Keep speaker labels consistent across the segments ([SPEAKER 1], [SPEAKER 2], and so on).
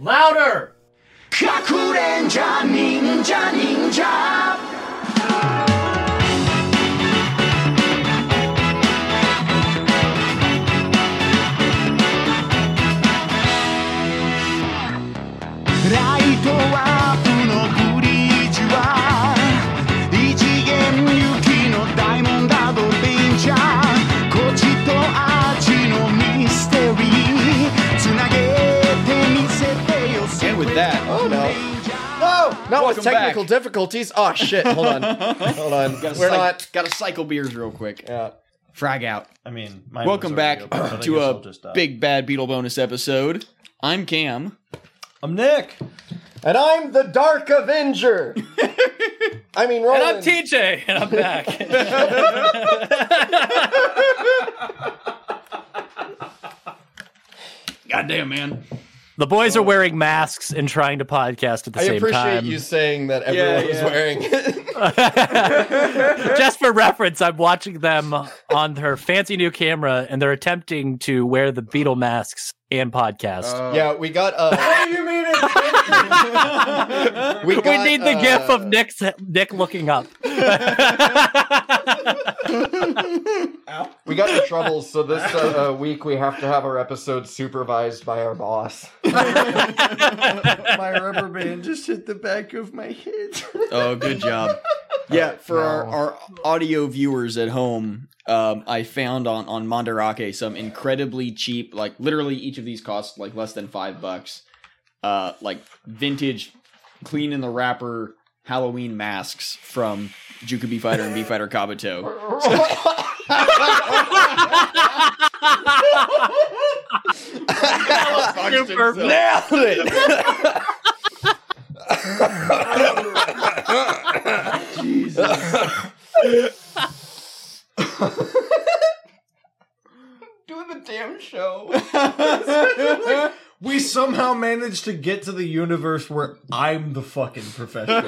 [SPEAKER 1] Louder!
[SPEAKER 2] Kakurenja Ninja Ninja!「ライトアップのブリッジは」「一元行きのダイモンドアドベンチャー」「こっちとあっちのミステリー」「つなげてみせてよ」
[SPEAKER 3] And with that, oh no.
[SPEAKER 4] No, not
[SPEAKER 3] Welcome
[SPEAKER 4] with technical
[SPEAKER 3] back.
[SPEAKER 4] difficulties. Oh shit! Hold on, hold on.
[SPEAKER 3] Gotta
[SPEAKER 4] We're
[SPEAKER 3] cyc-
[SPEAKER 4] not.
[SPEAKER 3] Gotta cycle beers real quick.
[SPEAKER 4] Yeah.
[SPEAKER 3] Frag out.
[SPEAKER 5] I mean, mine
[SPEAKER 3] Welcome
[SPEAKER 5] was already
[SPEAKER 3] back
[SPEAKER 5] open, but I
[SPEAKER 3] to
[SPEAKER 5] guess
[SPEAKER 3] a
[SPEAKER 5] I'll just, uh,
[SPEAKER 3] big bad Beetle bonus episode. I'm Cam.
[SPEAKER 5] I'm Nick.
[SPEAKER 4] And I'm the Dark Avenger. I mean,
[SPEAKER 6] And
[SPEAKER 4] Roland.
[SPEAKER 6] I'm TJ, and I'm back.
[SPEAKER 3] Goddamn, man.
[SPEAKER 7] The boys are wearing masks and trying to podcast at the
[SPEAKER 4] Oh. I
[SPEAKER 7] same
[SPEAKER 4] appreciate
[SPEAKER 7] time.
[SPEAKER 4] you saying that everyone was
[SPEAKER 3] yeah.
[SPEAKER 4] wearing.
[SPEAKER 7] Just for reference, I'm watching them on her fancy new camera, and they're attempting to wear the beetle masks and podcast.
[SPEAKER 4] yeah, we got. Uh,
[SPEAKER 1] You mean it?
[SPEAKER 4] we,
[SPEAKER 7] we
[SPEAKER 4] got,
[SPEAKER 7] need the gif
[SPEAKER 4] uh,
[SPEAKER 7] of Nick's Nick looking up.
[SPEAKER 4] We got in trouble, so this uh, uh, week we have to have our episode supervised by our boss.
[SPEAKER 3] oh,
[SPEAKER 5] My rubber band just hit the back of my head.
[SPEAKER 3] Oh, good job. Yeah, for our,
[SPEAKER 4] No.
[SPEAKER 3] our audio viewers at home, um, I found on on Mandarake some incredibly cheap, like literally each of these costs like less than five bucks, uh, like vintage, clean in the wrapper Halloween masks from Juku B Fighter and B Fighter Kabuto.
[SPEAKER 7] Super
[SPEAKER 3] Nailed it.
[SPEAKER 8] We somehow managed to get to the universe where I'm the fucking professional.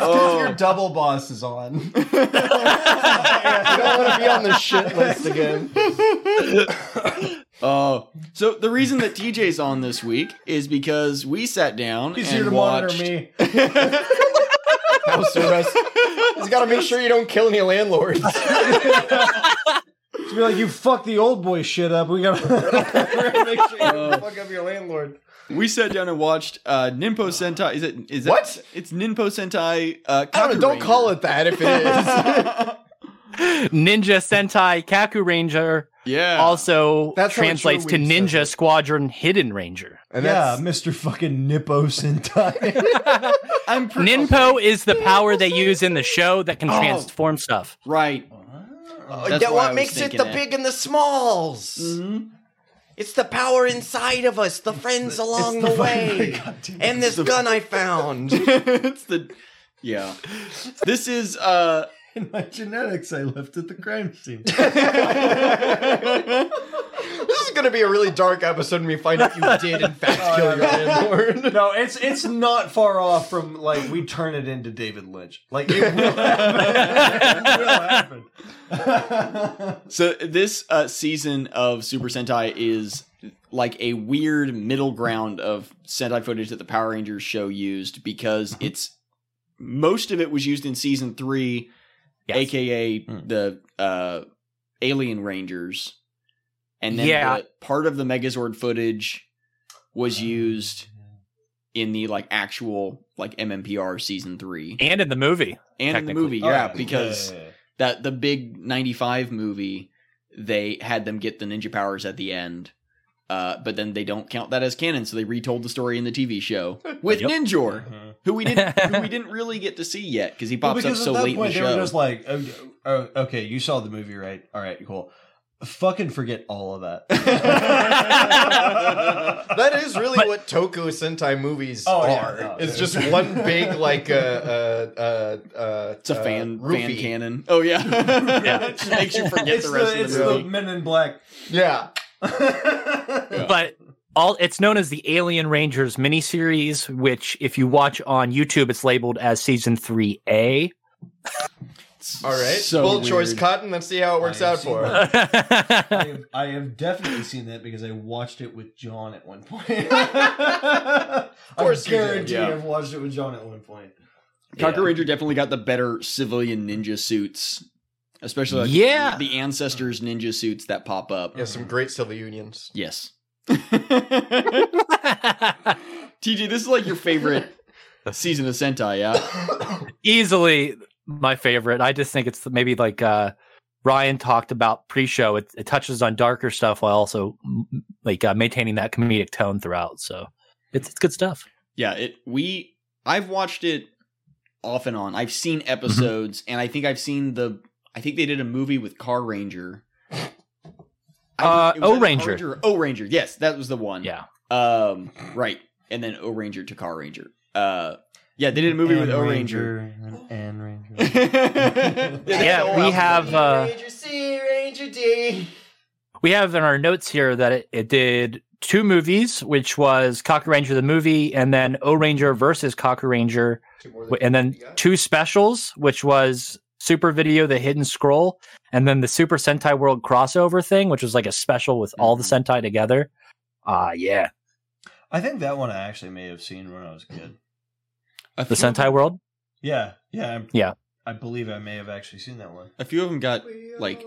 [SPEAKER 3] Oh.
[SPEAKER 5] Your double boss is on.
[SPEAKER 4] I don't want to be on the shit list again.
[SPEAKER 3] Oh, so the reason that TJ's on this week is because we sat down
[SPEAKER 8] He's
[SPEAKER 3] and
[SPEAKER 8] here to
[SPEAKER 3] watched.
[SPEAKER 8] monitor me.
[SPEAKER 4] House arrest. He's got to make sure you don't kill any landlords.
[SPEAKER 8] He's gonna be like, you fucked the old Oh boy shit up. We gotta we're gonna make sure you
[SPEAKER 3] Uh,
[SPEAKER 8] don't fuck up your landlord.
[SPEAKER 3] We sat down and watched uh, Ninpo Sentai. Is it? Is
[SPEAKER 4] What?
[SPEAKER 3] It, it's Ninpo Sentai. Uh,
[SPEAKER 4] I don't, know, don't
[SPEAKER 3] Kakuranger.
[SPEAKER 4] call it that if it is.
[SPEAKER 7] Ninja Sentai Kaku Ranger
[SPEAKER 3] Yeah.
[SPEAKER 7] also
[SPEAKER 4] That's how it
[SPEAKER 7] translates
[SPEAKER 4] sure
[SPEAKER 7] to
[SPEAKER 4] reads,
[SPEAKER 7] Ninja
[SPEAKER 4] doesn't it?
[SPEAKER 7] Squadron Hidden Ranger.
[SPEAKER 4] And
[SPEAKER 8] yeah,
[SPEAKER 4] that's,
[SPEAKER 8] Mr. fucking Nippo Sentai.
[SPEAKER 3] I'm pre-
[SPEAKER 7] Ninpo is the power they use in the show that
[SPEAKER 4] Oh.
[SPEAKER 7] can transform stuff.
[SPEAKER 3] right. That's
[SPEAKER 1] yeah,
[SPEAKER 3] why I
[SPEAKER 1] what
[SPEAKER 3] was
[SPEAKER 1] makes it
[SPEAKER 3] thinking
[SPEAKER 1] the big and the smalls?
[SPEAKER 3] Mhm.
[SPEAKER 1] It's the power inside of us, the friends along the, way, and this gun I found.
[SPEAKER 3] it's the. Yeah. This is. uh
[SPEAKER 8] In my genetics, I left at the crime scene.
[SPEAKER 4] this is going to be a really dark episode when we find out you did, in fact, kill your landlord.
[SPEAKER 8] No, it's it's not far off from like we turn it into David Lynch. Like it will happen. It will happen.
[SPEAKER 3] So this uh season of Super Sentai is like a weird middle ground of Sentai footage that the Power Rangers show used
[SPEAKER 7] Mm-hmm.
[SPEAKER 3] because it's most of it was used in season three,
[SPEAKER 7] Yes. Hmm.
[SPEAKER 3] aka
[SPEAKER 5] Mm.
[SPEAKER 3] the uh Alien Rangers. And then
[SPEAKER 7] Yeah. Mm-hmm.
[SPEAKER 3] the- part of the Megazord footage was used in the like actual like MMPR season three.
[SPEAKER 7] And in the movie.
[SPEAKER 3] And in the
[SPEAKER 7] Technically.
[SPEAKER 3] movie, yeah,
[SPEAKER 8] Oh,
[SPEAKER 3] because
[SPEAKER 8] yeah.
[SPEAKER 3] that the big 95 movie they had them get the ninja powers at the end uh, but then they don't count that as canon so they retold the story in the tv show with
[SPEAKER 7] Yep.
[SPEAKER 3] ninjor who we didn't who we didn't really get to see yet because he
[SPEAKER 8] Well,
[SPEAKER 3] pops
[SPEAKER 8] because
[SPEAKER 3] up
[SPEAKER 8] at
[SPEAKER 3] so
[SPEAKER 8] that
[SPEAKER 3] late in the
[SPEAKER 8] point they were
[SPEAKER 3] show
[SPEAKER 8] just like, oh, oh, okay, you saw the movie, right? All right, cool. Fucking forget all of that.
[SPEAKER 4] That is really what Toku Sentai movies
[SPEAKER 8] Oh,
[SPEAKER 4] are.
[SPEAKER 8] yeah, no,
[SPEAKER 4] it's
[SPEAKER 8] dude.
[SPEAKER 4] just one big, like, uh, uh, uh, uh,
[SPEAKER 3] it's a fan
[SPEAKER 4] uh,
[SPEAKER 3] fan
[SPEAKER 4] roofie.
[SPEAKER 3] canon oh yeah,
[SPEAKER 7] Yeah.
[SPEAKER 3] It just makes you forget
[SPEAKER 8] it's
[SPEAKER 3] the
[SPEAKER 8] the,
[SPEAKER 3] rest of
[SPEAKER 8] it's
[SPEAKER 3] the
[SPEAKER 8] the
[SPEAKER 3] movie
[SPEAKER 8] Men in Black.
[SPEAKER 4] Yeah.
[SPEAKER 3] Yeah.
[SPEAKER 7] But all it's known as the Alien Rangers miniseries, which if you watch on YouTube, it's labeled as season three A.
[SPEAKER 3] It's
[SPEAKER 4] All right.
[SPEAKER 3] so
[SPEAKER 4] Bold choice
[SPEAKER 3] weird.
[SPEAKER 4] cut, and let's see how it works
[SPEAKER 8] I
[SPEAKER 4] out
[SPEAKER 8] see
[SPEAKER 4] for.
[SPEAKER 8] what
[SPEAKER 4] her.
[SPEAKER 8] I have, I have definitely seen that because I watched it with John at one point. of
[SPEAKER 4] course you did,
[SPEAKER 8] I guarantee
[SPEAKER 3] yeah.
[SPEAKER 8] I've watched it with John at one point.
[SPEAKER 3] Cocker Ranger definitely got the better civilian ninja suits, especially like
[SPEAKER 7] Yeah.
[SPEAKER 3] the ancestors ninja suits that pop up.
[SPEAKER 4] Yeah, some great civil unions.
[SPEAKER 3] Yes. TG, this is like your favorite season of Sentai, yeah?
[SPEAKER 7] Easily my favorite. I just think it's maybe like uh, Ryan talked about pre-show. It, it touches on darker stuff while also mm, like uh, maintaining that comedic tone throughout. So it's, it's good stuff.
[SPEAKER 3] Yeah, it we I've watched it off and on. I've seen
[SPEAKER 7] Mm-hmm.
[SPEAKER 3] episodes and I think I've seen the I think they did a movie with Car Ranger.
[SPEAKER 7] Uh,
[SPEAKER 3] it was either
[SPEAKER 7] O-Ranger.
[SPEAKER 3] Car Ranger or O Ranger. Yes, that was the one.
[SPEAKER 7] Yeah.
[SPEAKER 3] Um, right. And then O Ranger to Car Ranger. Uh, yeah, they did a movie with O Ranger.
[SPEAKER 8] and Ranger.
[SPEAKER 3] yeah,
[SPEAKER 7] Yeah, we have, uh,
[SPEAKER 4] Ranger C, Ranger D.
[SPEAKER 7] we have in our notes here that it, it did two movies, which was Cocker Ranger the movie, and then O Ranger versus Cocker Ranger, w- and then two specials, which was Super Video the Hidden Scroll, and then the Super Sentai World crossover thing, which was like a special with all the
[SPEAKER 3] Mhm.
[SPEAKER 7] Sentai together. Ah, yeah,
[SPEAKER 8] I think that one I actually may have seen when I was a kid.
[SPEAKER 7] the
[SPEAKER 3] Mm-hmm.
[SPEAKER 7] Sentai World.
[SPEAKER 8] Yeah, yeah, I'm,
[SPEAKER 7] Yeah.
[SPEAKER 8] I believe I may have actually seen that one.
[SPEAKER 3] A few of them got like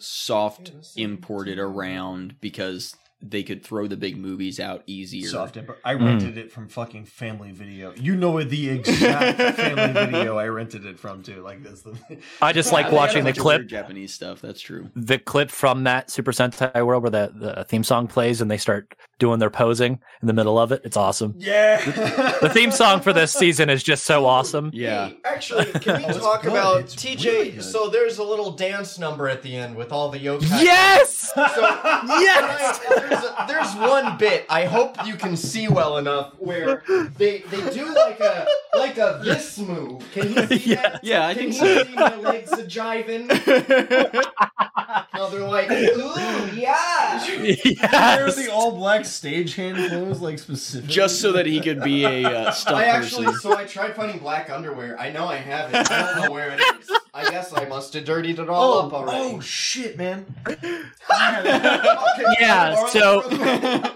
[SPEAKER 3] soft imported around because they could throw the big movies out easier.
[SPEAKER 8] Soft Emperor. I rented it from fucking Family Video. You know the exact Family Video I rented it from too. Like this.
[SPEAKER 7] I just like
[SPEAKER 3] Yeah, they had
[SPEAKER 7] watching
[SPEAKER 3] a
[SPEAKER 7] the
[SPEAKER 3] bunch of
[SPEAKER 7] clip,
[SPEAKER 3] weird Japanese stuff. That's true.
[SPEAKER 7] the clip from that Super Sentai World where the, the theme song plays and they start doing their posing in the middle of it. It's awesome.
[SPEAKER 8] Yeah.
[SPEAKER 7] The theme song for this season is just so awesome.
[SPEAKER 3] Yeah.
[SPEAKER 4] Actually, can we
[SPEAKER 8] Oh, it's
[SPEAKER 4] talk
[SPEAKER 8] good.
[SPEAKER 4] about
[SPEAKER 8] It's
[SPEAKER 4] TJ?
[SPEAKER 8] really good.
[SPEAKER 4] so there's a little dance number at the end with all the yokai.
[SPEAKER 7] Yes!
[SPEAKER 4] So, yes! There's, a- there's one bit I hope you can see well enough where they they do like a like a this move. Can you see that?
[SPEAKER 3] Yeah, I
[SPEAKER 4] Can
[SPEAKER 3] think
[SPEAKER 4] you
[SPEAKER 3] so.
[SPEAKER 4] see my legs a jiving? no, they're like, ooh, yeah.
[SPEAKER 8] Wear
[SPEAKER 7] Yes.
[SPEAKER 8] the all black stagehand clothes, like specifically.
[SPEAKER 3] Just so that he could be a uh, stunt
[SPEAKER 4] I
[SPEAKER 3] person.
[SPEAKER 4] actually, so I tried finding black underwear. I know I have it. I don't know where it is. I guess I must have dirtied it all
[SPEAKER 8] Oh,
[SPEAKER 4] up already.
[SPEAKER 8] oh shit, man!
[SPEAKER 7] Yeah, so-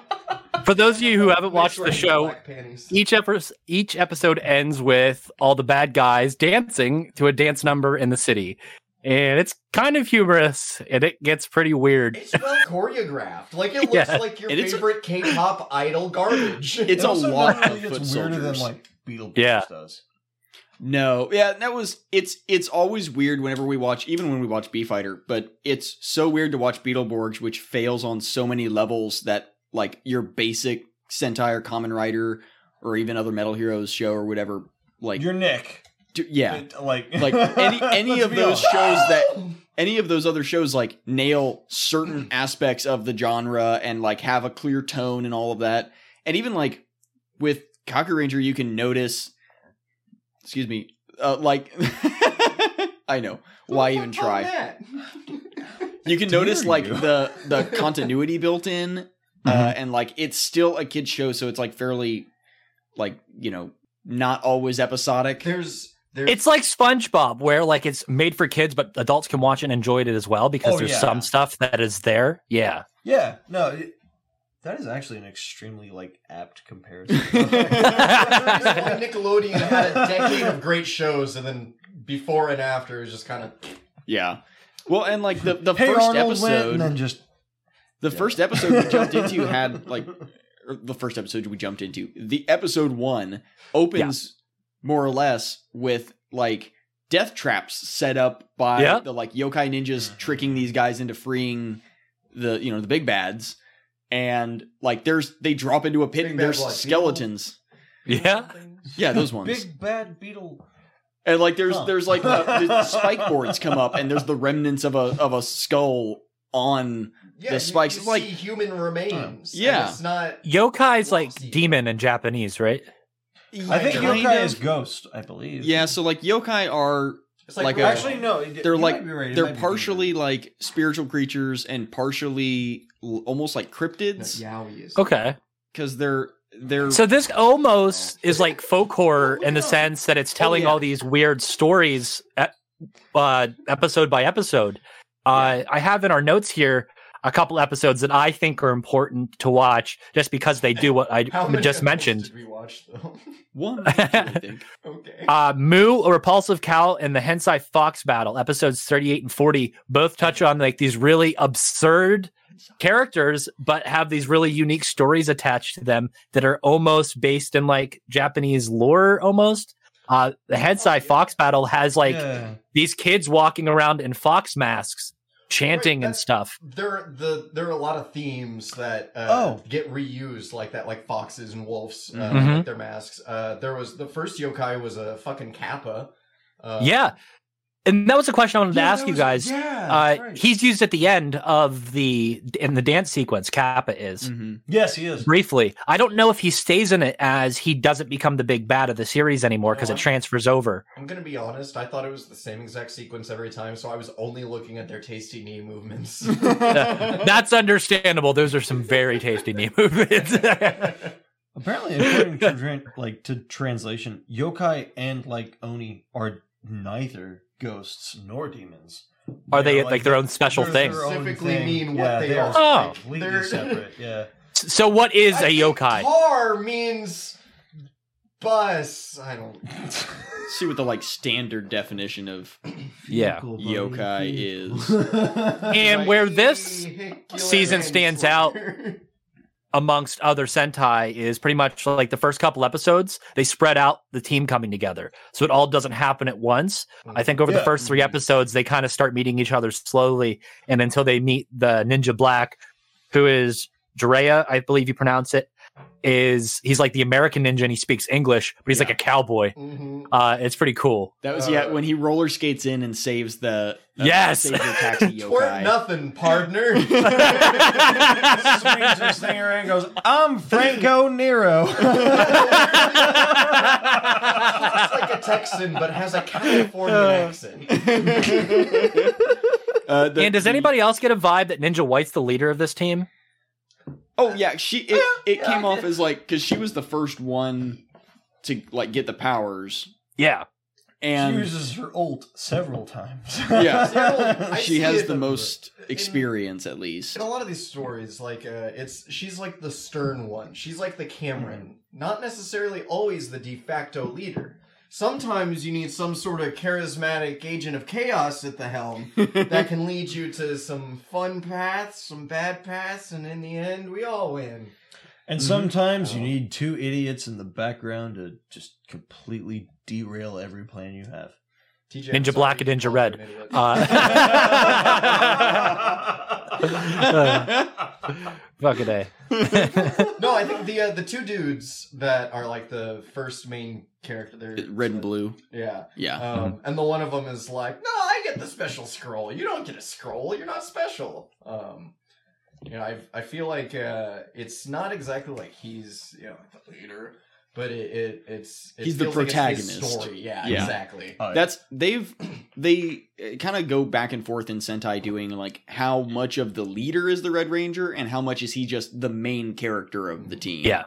[SPEAKER 7] For those of you who haven't watched the show,
[SPEAKER 4] Black panties.
[SPEAKER 7] each episode each episode ends with all the bad guys dancing to a dance number in the city. And it's kind of humorous and it gets pretty weird.
[SPEAKER 4] It's well choreographed. Like it looks
[SPEAKER 7] Yeah.
[SPEAKER 4] like your
[SPEAKER 3] And it's a-
[SPEAKER 4] favorite K-pop idol garbage.
[SPEAKER 3] It's a
[SPEAKER 8] also
[SPEAKER 3] lot
[SPEAKER 8] not really
[SPEAKER 3] of
[SPEAKER 8] gets
[SPEAKER 3] foot
[SPEAKER 8] weirder than
[SPEAKER 3] soldiers.
[SPEAKER 8] like Beetlejuice
[SPEAKER 7] Yeah.
[SPEAKER 8] does.
[SPEAKER 3] No, yeah, that was it's it's always weird whenever we watch, even when we watch B Fighter, but it's so weird to watch Beetleborgs, which fails on so many levels that like your basic Sentai or Common Rider or even other Metal Heroes show or whatever, like
[SPEAKER 8] Your Nick,
[SPEAKER 3] d- yeah,
[SPEAKER 8] It- like
[SPEAKER 3] like any any
[SPEAKER 8] let's
[SPEAKER 3] of
[SPEAKER 8] be
[SPEAKER 3] those
[SPEAKER 8] honest.
[SPEAKER 3] shows that any of those other shows like nail certain aspects of the genre and like have a clear tone and all of that and even like with Cocker Ranger you can notice excuse me uh, like I know why even try you can
[SPEAKER 8] Dare
[SPEAKER 3] notice like
[SPEAKER 8] you. Mm-hmm.
[SPEAKER 3] the the continuity built in uh, and like it's still a kid show so it's like fairly like you know not always episodic
[SPEAKER 4] There's there's
[SPEAKER 7] It's like SpongeBob where like it's made for kids but adults can watch it and enjoy it as well because
[SPEAKER 8] Oh,
[SPEAKER 7] there's
[SPEAKER 8] yeah.
[SPEAKER 7] some stuff that is there. Yeah.
[SPEAKER 8] Yeah, no, it- that is actually an extremely like apt comparison.
[SPEAKER 4] like Nickelodeon had a decade of great shows, and then before and after is just kind of.
[SPEAKER 3] yeah well and like the the
[SPEAKER 8] Hey,
[SPEAKER 3] first
[SPEAKER 8] Arnold
[SPEAKER 3] episode
[SPEAKER 8] went, and then just
[SPEAKER 3] The first episode we jumped into had like or the first episode we jumped into. The episode one opens more or less with like death traps set up by
[SPEAKER 7] Yeah.
[SPEAKER 3] the like yokai ninjas tricking these guys into freeing the you know the big bads, and like there's they drop into a pit
[SPEAKER 4] Big
[SPEAKER 3] and
[SPEAKER 4] bad
[SPEAKER 3] there's
[SPEAKER 4] what, people?
[SPEAKER 3] skeletons.
[SPEAKER 7] Yeah.
[SPEAKER 3] Yeah, those ones.
[SPEAKER 8] big bad beetle.
[SPEAKER 3] And like there's
[SPEAKER 8] Huh.
[SPEAKER 3] there's like uh, the spike boards come up and there's the remnants of a of a skull on
[SPEAKER 4] Yeah,
[SPEAKER 3] The
[SPEAKER 4] you-
[SPEAKER 3] spikes,
[SPEAKER 4] you
[SPEAKER 3] like-
[SPEAKER 4] see human remains. and
[SPEAKER 3] Yeah.
[SPEAKER 4] it's not.
[SPEAKER 7] Yokai's like
[SPEAKER 4] Lost you.
[SPEAKER 7] demon in Japanese, right?
[SPEAKER 8] I think
[SPEAKER 3] Kind
[SPEAKER 8] yokai
[SPEAKER 3] of.
[SPEAKER 8] is ghost. I believe.
[SPEAKER 3] Yeah, so like yokai are
[SPEAKER 4] It's like,
[SPEAKER 3] Like a-
[SPEAKER 8] Actually, no. it-
[SPEAKER 3] they're
[SPEAKER 8] you
[SPEAKER 3] like
[SPEAKER 8] might be right, it might
[SPEAKER 3] they're
[SPEAKER 8] be
[SPEAKER 3] partially
[SPEAKER 8] demon.
[SPEAKER 3] like spiritual creatures and partially l- almost like cryptids
[SPEAKER 4] Yowie is.
[SPEAKER 7] Okay.
[SPEAKER 3] because they're they're
[SPEAKER 7] So this
[SPEAKER 4] Oh,
[SPEAKER 7] almost is like folk horror in the sense that it's telling all these weird stories at, uh, episode by episode. Uh, I have in our notes here a couple episodes that I think are important to watch just because they do what I
[SPEAKER 4] How many
[SPEAKER 7] just
[SPEAKER 4] episodes
[SPEAKER 7] mentioned.
[SPEAKER 4] Did we watch though?
[SPEAKER 3] One, I think.
[SPEAKER 4] okay.
[SPEAKER 7] Uh, Moo, a repulsive cow, and the Hensai Fox battle, episodes 38 and 40, both touch on like these really absurd characters, but have these really unique stories attached to them that are almost based in like Japanese lore almost. Uh, the
[SPEAKER 8] Oh,
[SPEAKER 7] Hensai Fox battle has like these kids walking around in fox masks, chanting
[SPEAKER 4] Right,
[SPEAKER 7] and
[SPEAKER 4] that's-
[SPEAKER 7] stuff.
[SPEAKER 4] There, the there are a lot of themes that uh,
[SPEAKER 8] Oh.
[SPEAKER 4] get reused like that, like foxes and wolves uh,
[SPEAKER 7] Mhm.
[SPEAKER 4] with their masks. Uh, there was the first yokai was a fucking kappa. Uh,
[SPEAKER 7] yeah. And that was a question I wanted to
[SPEAKER 8] Yeah,
[SPEAKER 7] ask
[SPEAKER 8] that
[SPEAKER 7] you
[SPEAKER 8] was-
[SPEAKER 7] guys.
[SPEAKER 8] Yeah,
[SPEAKER 7] uh,
[SPEAKER 8] that's right.
[SPEAKER 7] He's used at the end of the in the dance sequence. Kappa is.
[SPEAKER 3] hmm
[SPEAKER 8] yes, he is.
[SPEAKER 7] briefly. I don't know if he stays in it as he doesn't become the big bad of the series anymore because
[SPEAKER 4] No,
[SPEAKER 7] it
[SPEAKER 4] I-
[SPEAKER 7] transfers over.
[SPEAKER 4] I'm gonna be honest. I thought it was the same exact sequence every time, so I was only looking at their tasty knee movements.
[SPEAKER 7] That's understandable. Those are some very tasty knee movements.
[SPEAKER 8] Apparently, according to tran- like to translation, yokai and like oni are neither ghosts nor demons.
[SPEAKER 7] are they
[SPEAKER 8] They're,
[SPEAKER 7] like, their own special
[SPEAKER 8] they're
[SPEAKER 7] thing?
[SPEAKER 8] their own
[SPEAKER 4] Specifically
[SPEAKER 8] thing.
[SPEAKER 4] mean what
[SPEAKER 8] Yeah,
[SPEAKER 4] they
[SPEAKER 8] they're
[SPEAKER 4] are.
[SPEAKER 7] Oh.
[SPEAKER 8] Completely
[SPEAKER 4] They're-
[SPEAKER 8] separate. Yeah.
[SPEAKER 7] So what is
[SPEAKER 4] I
[SPEAKER 7] a
[SPEAKER 4] think
[SPEAKER 7] yokai?
[SPEAKER 4] Tar means bus. I don't.
[SPEAKER 3] See what the like standard definition of
[SPEAKER 7] Yeah.
[SPEAKER 3] yokai is.
[SPEAKER 7] And
[SPEAKER 4] Like,
[SPEAKER 7] where this
[SPEAKER 4] vehicular
[SPEAKER 7] season
[SPEAKER 4] hand
[SPEAKER 7] stands
[SPEAKER 4] slur.
[SPEAKER 7] amongst other Sentai is pretty much like the first couple episodes, they spread out the team coming together. So it all doesn't happen at once. I think over the
[SPEAKER 8] Hmm. Yeah. Mm-hmm.
[SPEAKER 7] first three episodes, they kind of start meeting each other slowly and until they meet the Ninja Black, who is Drea, I believe you pronounce it, is he's like the American ninja and he speaks English, but he's like a cowboy.
[SPEAKER 8] Mm.
[SPEAKER 4] Mhm.
[SPEAKER 7] Uh, it's pretty cool.
[SPEAKER 3] That was yeah
[SPEAKER 4] Uh,
[SPEAKER 3] when he roller skates in and saves the uh,
[SPEAKER 7] Yes!
[SPEAKER 3] saves the taxi
[SPEAKER 4] Twerk
[SPEAKER 3] yokai.
[SPEAKER 4] nothing, partner.
[SPEAKER 8] Swings his thing around and goes, I'm Franco Nero.
[SPEAKER 4] It's like a Texan, but has a Californian accent.
[SPEAKER 3] Uh, the-
[SPEAKER 7] and does
[SPEAKER 3] the-
[SPEAKER 7] anybody else get a vibe that Ninja White's the leader of this team?
[SPEAKER 3] Oh yeah, she it, it came off as like because she was the first one to like get the powers
[SPEAKER 7] Yeah.
[SPEAKER 8] She
[SPEAKER 3] and
[SPEAKER 8] uses her ult several times.
[SPEAKER 3] Yeah.
[SPEAKER 4] I
[SPEAKER 3] she
[SPEAKER 4] see
[SPEAKER 3] has
[SPEAKER 4] it
[SPEAKER 3] the
[SPEAKER 4] in-
[SPEAKER 3] most experience at least.
[SPEAKER 4] In a lot of these stories, like uh, it's she's like the stern one. She's like the Cameron,
[SPEAKER 7] Hmm.
[SPEAKER 4] not necessarily always the de facto leader. Sometimes you need some sort of charismatic agent of chaos at the helm that can lead you to some fun paths, some bad paths, and in the end, we all win.
[SPEAKER 8] And sometimes you need two idiots in the background to just completely derail every plan you have.
[SPEAKER 4] TJ,
[SPEAKER 7] Ninja
[SPEAKER 4] I'm sorry,
[SPEAKER 7] Black
[SPEAKER 4] you
[SPEAKER 7] and Ninja
[SPEAKER 4] called
[SPEAKER 7] Red.
[SPEAKER 4] her an idiot.
[SPEAKER 7] Uh, fucking A.
[SPEAKER 4] no, I think the uh, the two dudes that are like the first main character, they're
[SPEAKER 3] Red and blue.
[SPEAKER 4] Yeah,
[SPEAKER 3] Yeah.
[SPEAKER 4] Um, and the one of them is like, "No, I get the special scroll. You don't get a scroll. You're not special." Um, you know, I I feel like uh, it's not exactly like he's you know the leader, but it, it it's it
[SPEAKER 3] He's the
[SPEAKER 4] feels like it's his
[SPEAKER 3] protagonist.
[SPEAKER 4] story. Yeah,
[SPEAKER 3] Yeah. Uh,
[SPEAKER 4] exactly.
[SPEAKER 3] That's they've they kind of go back and forth in Sentai doing like how much of the leader is the Red Ranger and how much is he just the main character of the team.
[SPEAKER 7] Yeah.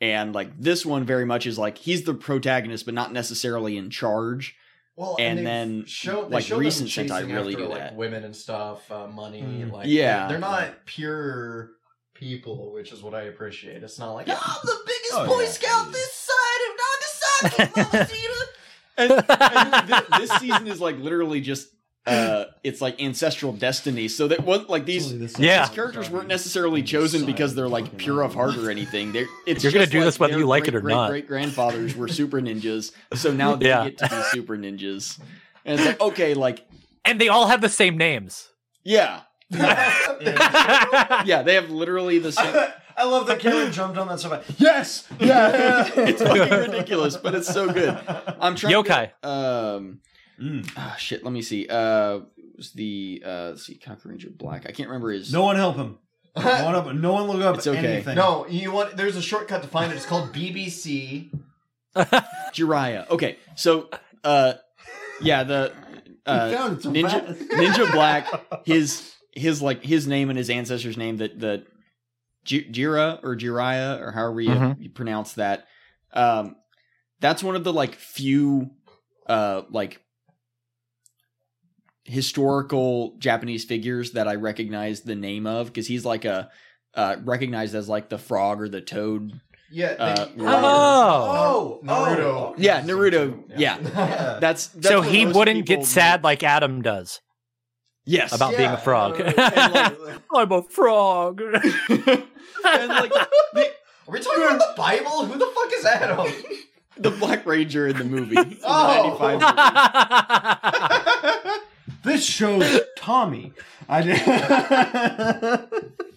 [SPEAKER 3] And like this one very much is like he's the protagonist but not necessarily in charge.
[SPEAKER 4] Well,
[SPEAKER 3] and
[SPEAKER 4] they've
[SPEAKER 3] then,
[SPEAKER 4] show, they
[SPEAKER 3] like,
[SPEAKER 4] show them
[SPEAKER 3] recent Sentai
[SPEAKER 4] chasing
[SPEAKER 3] really
[SPEAKER 4] after,
[SPEAKER 3] do
[SPEAKER 4] like,
[SPEAKER 3] that.
[SPEAKER 4] women and stuff, uh, money.
[SPEAKER 8] Mm.
[SPEAKER 4] Like,
[SPEAKER 3] Yeah.
[SPEAKER 4] they're, they're not pure people, which is what I appreciate. It's not like I'm the biggest
[SPEAKER 8] Oh,
[SPEAKER 4] Boy
[SPEAKER 8] yeah.
[SPEAKER 4] Scout this side of Nagasaki, Mama Sita."
[SPEAKER 3] And thi- this season is like literally just uh it's like ancestral destiny. So that was like these
[SPEAKER 7] Yeah.
[SPEAKER 3] these characters weren't necessarily chosen because they're like pure of heart or anything. They're it's
[SPEAKER 7] You're gonna
[SPEAKER 3] just
[SPEAKER 7] do this whether
[SPEAKER 3] their
[SPEAKER 7] you like it or
[SPEAKER 3] great,
[SPEAKER 7] not.
[SPEAKER 3] Great grandfathers were super ninjas, so now they
[SPEAKER 7] Yeah.
[SPEAKER 3] get to be super ninjas. And it's like okay, like
[SPEAKER 7] And they all have the same names.
[SPEAKER 3] yeah, yeah, they have literally the same.
[SPEAKER 8] I love that Cameron jumped on that sofa. Yes! Yeah!
[SPEAKER 3] It's fucking ridiculous, but it's so good. I'm trying.
[SPEAKER 7] Yokai.
[SPEAKER 3] To, um,
[SPEAKER 8] Mm.
[SPEAKER 3] ah, shit. Let me see. Uh, it was the uh, let's see, Cocker Ranger Black? I can't remember his.
[SPEAKER 8] no one help him. No one, help him. No one look up
[SPEAKER 3] It's okay.
[SPEAKER 8] anything.
[SPEAKER 4] No, you want there's a shortcut to find it. It's called BBC.
[SPEAKER 3] Jiraiya. Okay, so uh, yeah, the uh,
[SPEAKER 8] found it so
[SPEAKER 3] Ninja
[SPEAKER 8] fast.
[SPEAKER 3] Ninja Black, his his like his name and his ancestor's name that the Ji- Jira or Jiraiya or however you,
[SPEAKER 7] Mhm.
[SPEAKER 3] you pronounce that. Um, that's one of the like few uh like historical Japanese figures that I recognize the name of because he's like a uh, recognized as like the frog or the toad.
[SPEAKER 4] Yeah. They,
[SPEAKER 3] Uh,
[SPEAKER 4] oh,
[SPEAKER 7] Oh.
[SPEAKER 4] Naruto.
[SPEAKER 3] Yeah, Naruto. Yeah,
[SPEAKER 4] Yeah.
[SPEAKER 3] that's, that's
[SPEAKER 7] so
[SPEAKER 3] what
[SPEAKER 7] he
[SPEAKER 3] most
[SPEAKER 7] wouldn't
[SPEAKER 3] people-
[SPEAKER 7] get sad like Adam does
[SPEAKER 3] Yes,
[SPEAKER 7] about being a
[SPEAKER 4] Yeah,
[SPEAKER 7] frog.
[SPEAKER 4] and, like-
[SPEAKER 7] I'm a frog.
[SPEAKER 3] and like
[SPEAKER 4] Are we talking about the Bible? Who the fuck is Adam?
[SPEAKER 3] the Black Ranger in the movie. in the
[SPEAKER 4] Oh.
[SPEAKER 3] 95
[SPEAKER 8] This shows Tommy. I did.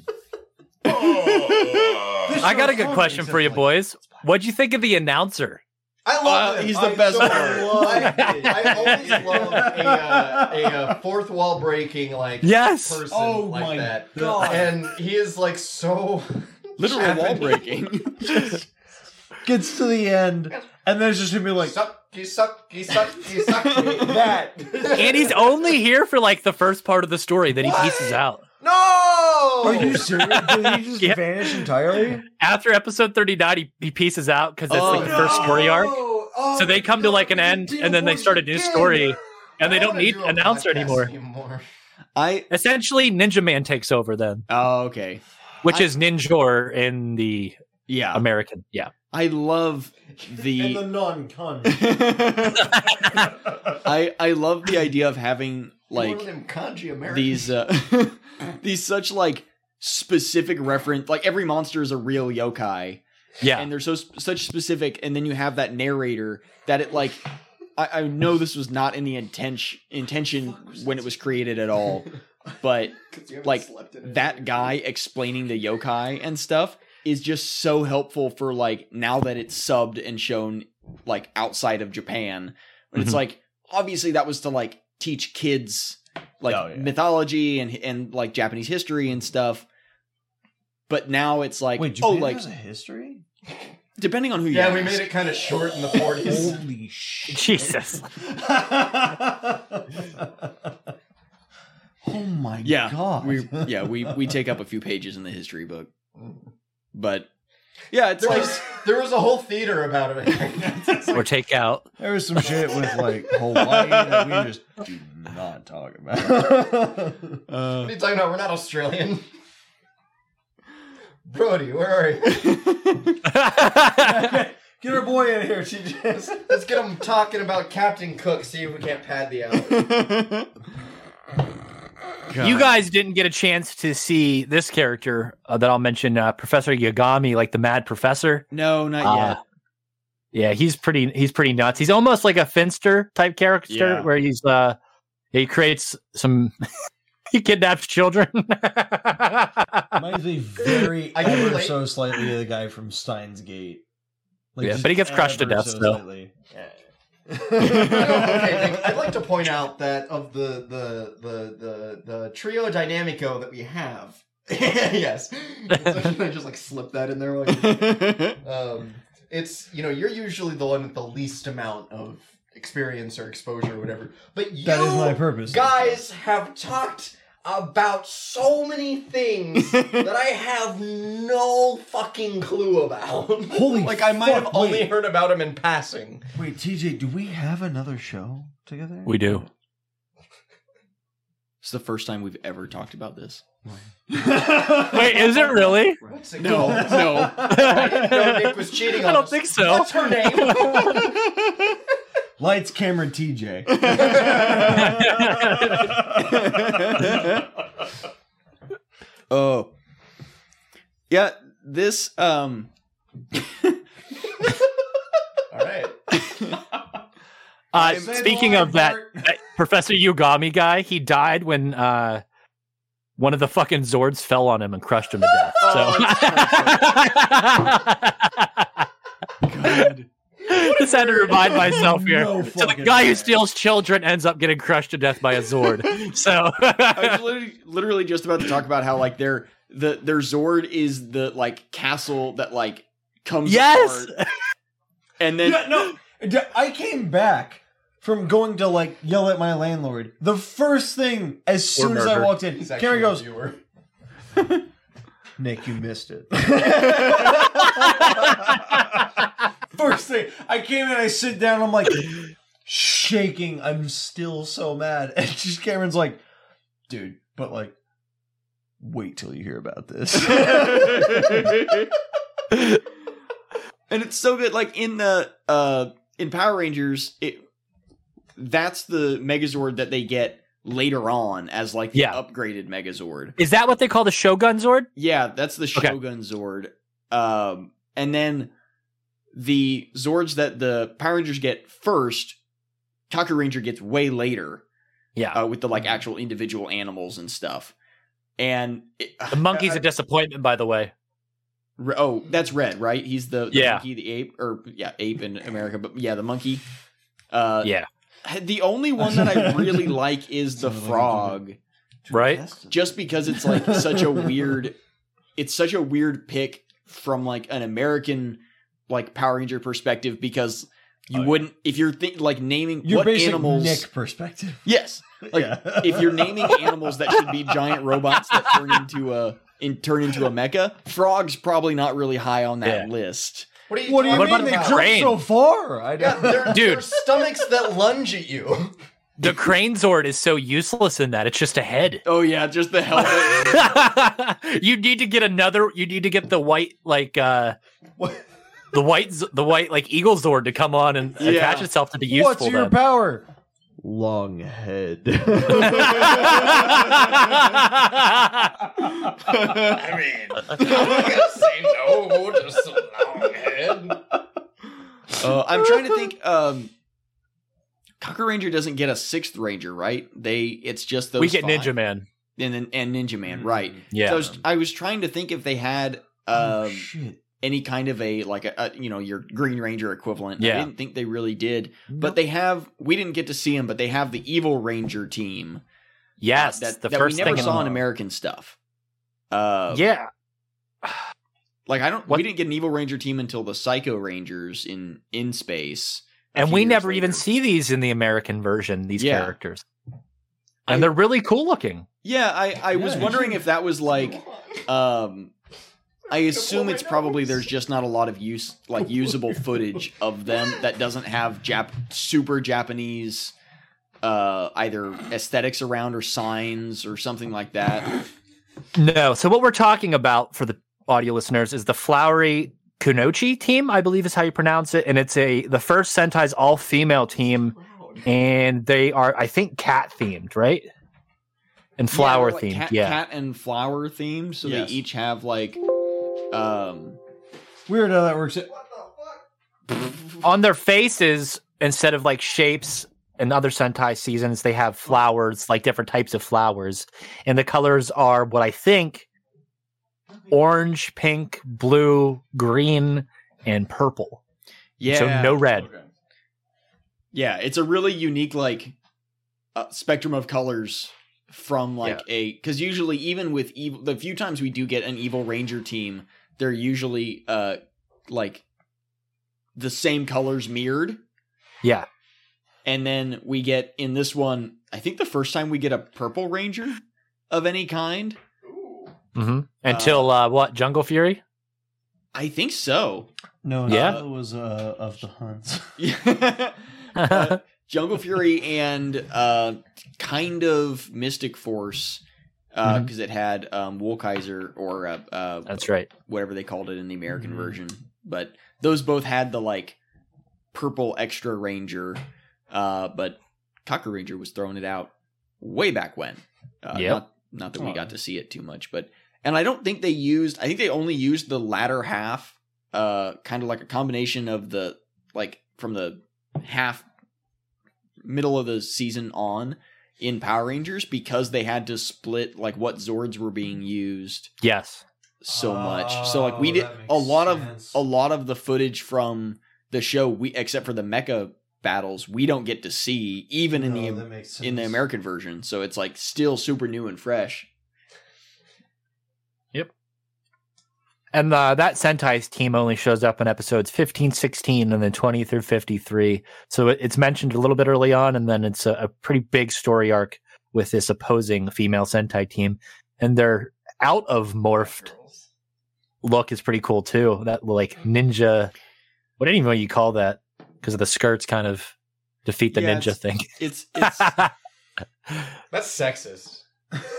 [SPEAKER 4] Oh.
[SPEAKER 7] I got a good question for you, boys. What'd you think of the announcer?
[SPEAKER 4] I
[SPEAKER 3] Wow,
[SPEAKER 4] love
[SPEAKER 8] Uh,
[SPEAKER 4] it.
[SPEAKER 3] he's the
[SPEAKER 4] I
[SPEAKER 3] best
[SPEAKER 4] so
[SPEAKER 3] part.
[SPEAKER 4] love it. I always love a, uh, a uh, fourth wall breaking like
[SPEAKER 7] Yes.
[SPEAKER 4] person
[SPEAKER 8] Oh
[SPEAKER 4] like
[SPEAKER 8] my
[SPEAKER 4] that.
[SPEAKER 8] God.
[SPEAKER 4] And he is like so
[SPEAKER 3] Literal wall breaking.
[SPEAKER 8] Gets to the end, and then it's just gonna be like,
[SPEAKER 4] sucky sucky sucky sucky
[SPEAKER 7] And he's only here for like the first part of the story, then he
[SPEAKER 4] What?
[SPEAKER 7] pieces out.
[SPEAKER 4] No
[SPEAKER 8] "Are you serious? Did he just
[SPEAKER 7] Yeah.
[SPEAKER 8] vanish entirely?"
[SPEAKER 7] After episode 39, he, he pieces out because that's
[SPEAKER 3] Oh,
[SPEAKER 7] like the first story arc.
[SPEAKER 4] Oh
[SPEAKER 7] So they come to like an end and then they start a new story and they don't need announcer anymore.
[SPEAKER 3] I
[SPEAKER 7] Essentially, Ninja Man takes over then,
[SPEAKER 3] oh okay
[SPEAKER 7] which
[SPEAKER 3] I-
[SPEAKER 7] is Ninjor in the
[SPEAKER 3] yeah.
[SPEAKER 7] American. Yeah.
[SPEAKER 3] I love
[SPEAKER 8] And the
[SPEAKER 3] the
[SPEAKER 8] non-con.
[SPEAKER 3] I I love the idea of having like these uh, these such like specific reference like every monster is a real yokai
[SPEAKER 7] Yeah.
[SPEAKER 3] and they're so sp- such specific and then you have that narrator that it like I, I know this was not in the intention intention when it was created at all but like, that guy explaining the yokai and stuff is just so helpful for like now that it's subbed and shown like outside of Japan. But
[SPEAKER 8] Mm-hmm.
[SPEAKER 3] it's
[SPEAKER 7] Mhm.
[SPEAKER 3] like obviously that was to like teach kids like
[SPEAKER 8] Oh, yeah.
[SPEAKER 3] mythology and and like Japanese history and stuff. But now it's like
[SPEAKER 8] Wait,
[SPEAKER 3] oh
[SPEAKER 8] Japan
[SPEAKER 3] like
[SPEAKER 8] has a history?
[SPEAKER 3] depending on who you
[SPEAKER 4] Yeah, we
[SPEAKER 3] ask.
[SPEAKER 4] made it kind of short in the 40s.
[SPEAKER 8] Holy shit!
[SPEAKER 7] Jesus.
[SPEAKER 8] oh my
[SPEAKER 3] Yeah,
[SPEAKER 8] god!
[SPEAKER 3] we yeah we we take up a few pages in the history book, but yeah it's
[SPEAKER 4] There
[SPEAKER 3] like
[SPEAKER 4] was, there was a whole theater about it. It's
[SPEAKER 7] Or
[SPEAKER 4] like,
[SPEAKER 7] take out.
[SPEAKER 8] There was some shit with like Hawaii that we just do not talk about.
[SPEAKER 4] what are you talking about? We're not Australian. Brody, where are you?
[SPEAKER 8] Get our boy in here, TJ.
[SPEAKER 4] Let's get him talking about Captain Cook, see if we can't pad the hour.
[SPEAKER 7] You guys didn't get a chance to see this character uh, that I'll mention, uh, Professor Yagami, like the mad professor.
[SPEAKER 3] no not
[SPEAKER 7] Uh,
[SPEAKER 3] yet
[SPEAKER 7] Yeah, he's pretty. He's pretty nuts. He's almost like a Finster type character,
[SPEAKER 3] Yeah.
[SPEAKER 7] where he's uh, he creates some. he kidnaps children. yeah,
[SPEAKER 8] Reminds me very
[SPEAKER 4] I can
[SPEAKER 8] ever
[SPEAKER 4] relate.
[SPEAKER 8] so slightly of the guy from Steins Gate.
[SPEAKER 7] Yeah,
[SPEAKER 8] just
[SPEAKER 7] but he gets crushed to
[SPEAKER 8] ever
[SPEAKER 7] death,
[SPEAKER 8] so
[SPEAKER 7] though.
[SPEAKER 8] slightly.
[SPEAKER 4] okay, Oh, thank- I'd like to point out that of the the the the, the trio dynamico that we have. yes. So should I just like slip that in there? Like, um, it's you know you're usually the one with the least amount of experience or exposure or whatever, but you
[SPEAKER 8] That is my purpose.
[SPEAKER 4] guys have talked about so many things that I have no fucking clue about.
[SPEAKER 8] Holy
[SPEAKER 4] like I might
[SPEAKER 8] fuck,
[SPEAKER 4] have only
[SPEAKER 8] wait.
[SPEAKER 4] heard about him in passing.
[SPEAKER 8] Wait, TJ, do we have another show together?
[SPEAKER 7] We do.
[SPEAKER 3] it's the first time we've ever talked about this.
[SPEAKER 7] Wait, is it really?
[SPEAKER 4] What's it
[SPEAKER 3] No,
[SPEAKER 4] called?
[SPEAKER 3] no.
[SPEAKER 4] I didn't know Nick was cheating on
[SPEAKER 7] I don't
[SPEAKER 4] us.
[SPEAKER 7] think so.
[SPEAKER 4] What's her name?
[SPEAKER 8] Lights, camera, TJ.
[SPEAKER 3] Oh. Yeah, this um
[SPEAKER 4] All right.
[SPEAKER 7] Uh, speaking of that, that Professor Yagami guy, he died when uh, one of the fucking Zords fell on him and crushed him to death.
[SPEAKER 8] Oh,
[SPEAKER 7] So. Just had to remind myself here.
[SPEAKER 8] No
[SPEAKER 7] so the
[SPEAKER 8] fucking
[SPEAKER 7] guy who
[SPEAKER 8] way.
[SPEAKER 7] steals children ends up getting crushed to death by a Zord. so
[SPEAKER 3] I was literally, literally just about to talk about how like their the their Zord is the like castle that like comes
[SPEAKER 7] yes,
[SPEAKER 3] apart. and then
[SPEAKER 8] Yeah, no. d- I came back from going to like yell at my landlord. The first thing as soon as I
[SPEAKER 7] murder.
[SPEAKER 8] walked in,
[SPEAKER 4] He's
[SPEAKER 8] Karen
[SPEAKER 4] actually a
[SPEAKER 8] goes,
[SPEAKER 4] viewer.
[SPEAKER 8] Nick, you missed it. First thing, I came in, I sit down, I'm like, shaking. I'm still so mad. And just Cameron's like, dude, but like, wait till you hear about this.
[SPEAKER 3] and it's so good. Like in the uh in Power Rangers, it that's the Megazord that they get later on as like the
[SPEAKER 7] Yeah.
[SPEAKER 3] upgraded Megazord.
[SPEAKER 7] Is that what they call the Shogun Zord?
[SPEAKER 3] Yeah, that's the
[SPEAKER 7] Okay.
[SPEAKER 3] Shogun Zord. Um, and then the Zords that the Power Rangers get first, Taka Ranger gets way later
[SPEAKER 7] Yeah.
[SPEAKER 3] uh, with the
[SPEAKER 7] Mm-hmm.
[SPEAKER 3] like actual individual animals and stuff. And it,
[SPEAKER 8] Uh,
[SPEAKER 7] the monkey's a disappointment, by the way.
[SPEAKER 3] Re- oh, that's Red, right? He's the, the
[SPEAKER 7] Yeah.
[SPEAKER 3] monkey, the ape, or yeah, ape in America, but yeah, the monkey. Uh,
[SPEAKER 7] Yeah.
[SPEAKER 3] The only one that I really like is the frog,
[SPEAKER 7] Right?
[SPEAKER 3] just because it's like such a weird, it's such a weird pick from like an American like Power Ranger perspective because you
[SPEAKER 8] Oh, yeah.
[SPEAKER 3] wouldn't if you're think like naming
[SPEAKER 8] Your
[SPEAKER 3] what
[SPEAKER 8] basic
[SPEAKER 3] animals.
[SPEAKER 8] Nick perspective.
[SPEAKER 3] Yes, Like,
[SPEAKER 8] yeah.
[SPEAKER 3] if you're naming animals that should be giant robots that turn into a in, turn into a mecha, frogs probably not really high on that list.
[SPEAKER 4] What are you
[SPEAKER 8] what do you
[SPEAKER 4] talking
[SPEAKER 7] about
[SPEAKER 8] mean they
[SPEAKER 7] the
[SPEAKER 8] jumped
[SPEAKER 4] about?
[SPEAKER 7] crane?
[SPEAKER 8] so far? I
[SPEAKER 4] Yeah,
[SPEAKER 8] don't.
[SPEAKER 4] they're,
[SPEAKER 7] Dude.
[SPEAKER 4] they're stomachs that lunge at you.
[SPEAKER 7] The Crane Zord is so useless in that. It's just a head.
[SPEAKER 3] Oh yeah, just the helmet.
[SPEAKER 7] you need to get another you need to get the white like uh
[SPEAKER 4] What?
[SPEAKER 7] the white Z- the white like eagle zord to come on and
[SPEAKER 3] Yeah.
[SPEAKER 7] attach itself to be useful
[SPEAKER 8] What's your
[SPEAKER 7] then.
[SPEAKER 8] power? Long head.
[SPEAKER 4] I mean, I'm gonna say no, just a long head.
[SPEAKER 3] uh, I'm trying to think. Um, Cocker Ranger doesn't get a sixth ranger, right? They it's just those.
[SPEAKER 7] we get
[SPEAKER 3] five.
[SPEAKER 7] ninja man
[SPEAKER 3] and and, and Ninja Man, right? So I,
[SPEAKER 7] yeah
[SPEAKER 3] was, I was trying to think if they had
[SPEAKER 8] Oh,
[SPEAKER 3] um,
[SPEAKER 8] shit.
[SPEAKER 3] any kind of a like a, a you know your Green Ranger equivalent. I
[SPEAKER 7] Yeah.
[SPEAKER 3] didn't think they really did, but they have. We didn't get to see him, but they have the Evil Ranger team. uh,
[SPEAKER 7] yes
[SPEAKER 3] that,
[SPEAKER 7] the
[SPEAKER 3] that
[SPEAKER 7] first
[SPEAKER 3] we never
[SPEAKER 7] thing
[SPEAKER 3] saw
[SPEAKER 7] in
[SPEAKER 3] in American stuff. Uh,
[SPEAKER 7] yeah
[SPEAKER 3] like I don't.
[SPEAKER 7] What-
[SPEAKER 3] We didn't get an Evil Ranger team until the Psycho Rangers in in space. a
[SPEAKER 7] and
[SPEAKER 3] few
[SPEAKER 7] we
[SPEAKER 3] years
[SPEAKER 7] never even
[SPEAKER 3] later.
[SPEAKER 7] see these in the american version these
[SPEAKER 3] Yeah.
[SPEAKER 7] characters and
[SPEAKER 3] I-
[SPEAKER 7] they're really cool looking
[SPEAKER 3] Yeah, I, I was
[SPEAKER 8] Yeah,
[SPEAKER 3] wondering
[SPEAKER 8] you-
[SPEAKER 3] if that was like, um, I assume it's probably there's just not a lot of use like usable footage of them that doesn't have Jap super Japanese, uh, either aesthetics around or signs or something like that.
[SPEAKER 7] no so what we're talking about for the audio listeners is the flowery kunochi team i believe is how you pronounce it and it's a the first sentai's all female team and they are i think cat themed right and
[SPEAKER 3] yeah,
[SPEAKER 7] flower
[SPEAKER 3] they're, like,
[SPEAKER 7] themed
[SPEAKER 3] cat,
[SPEAKER 7] yeah
[SPEAKER 3] cat and flower themed. So
[SPEAKER 8] Yes.
[SPEAKER 3] they each have like, um,
[SPEAKER 8] Weird how that works. out.
[SPEAKER 7] on their faces instead of like shapes and other sentai seasons they have flowers like different types of flowers and the colors are what i think orange pink blue green and purple
[SPEAKER 3] yeah,
[SPEAKER 7] so no red
[SPEAKER 3] Yeah, it's a really unique like uh, spectrum of colors from like a because usually even with evil the few times we do get an evil ranger team they're usually uh like the same colors mirrored
[SPEAKER 7] yeah
[SPEAKER 3] and then we get in this one i think the first time we get a purple ranger of any kind
[SPEAKER 7] hmm until uh, what jungle fury
[SPEAKER 3] i think so
[SPEAKER 8] No,
[SPEAKER 7] Yeah.
[SPEAKER 8] Nala was uh, of the Huns.
[SPEAKER 3] Uh, Jungle Fury and uh, kind of Mystic Force because
[SPEAKER 7] Mhm.
[SPEAKER 3] it had um, Woolkaiser or uh, uh,
[SPEAKER 7] that's right
[SPEAKER 3] whatever they called it in the American version. But those both had the like purple extra ranger, uh, but Cocker Ranger was throwing it out way back when. Uh,
[SPEAKER 7] Yep.
[SPEAKER 3] not, not that we got to see it too much, but and I don't think they used. I think they only used the latter half, uh, kind of like a combination of the like from the half middle of the season on in Power Rangers because they had to split like what Zords were being used
[SPEAKER 7] yes
[SPEAKER 3] so
[SPEAKER 8] Oh,
[SPEAKER 3] much. So like we did
[SPEAKER 8] that makes
[SPEAKER 3] a lot
[SPEAKER 8] sense.
[SPEAKER 3] of a lot of the footage from the show we except for the mecha battles we don't get to see even in
[SPEAKER 8] No, that
[SPEAKER 3] the
[SPEAKER 8] makes
[SPEAKER 3] in the
[SPEAKER 8] sense.
[SPEAKER 3] American version. So it's like still super new and fresh.
[SPEAKER 7] and uh, that sentai's team only shows up in episodes 15 16 and then 20 through 53 so it, it's mentioned a little bit early on and then it's a, a pretty big story arc with this opposing female sentai team and their out of morphed look is pretty cool too that like ninja what do you- what do you call that because of the skirts kind of defeat the
[SPEAKER 3] Yeah,
[SPEAKER 7] ninja
[SPEAKER 3] it's-
[SPEAKER 7] thing.
[SPEAKER 3] It's it's
[SPEAKER 4] That's sexist.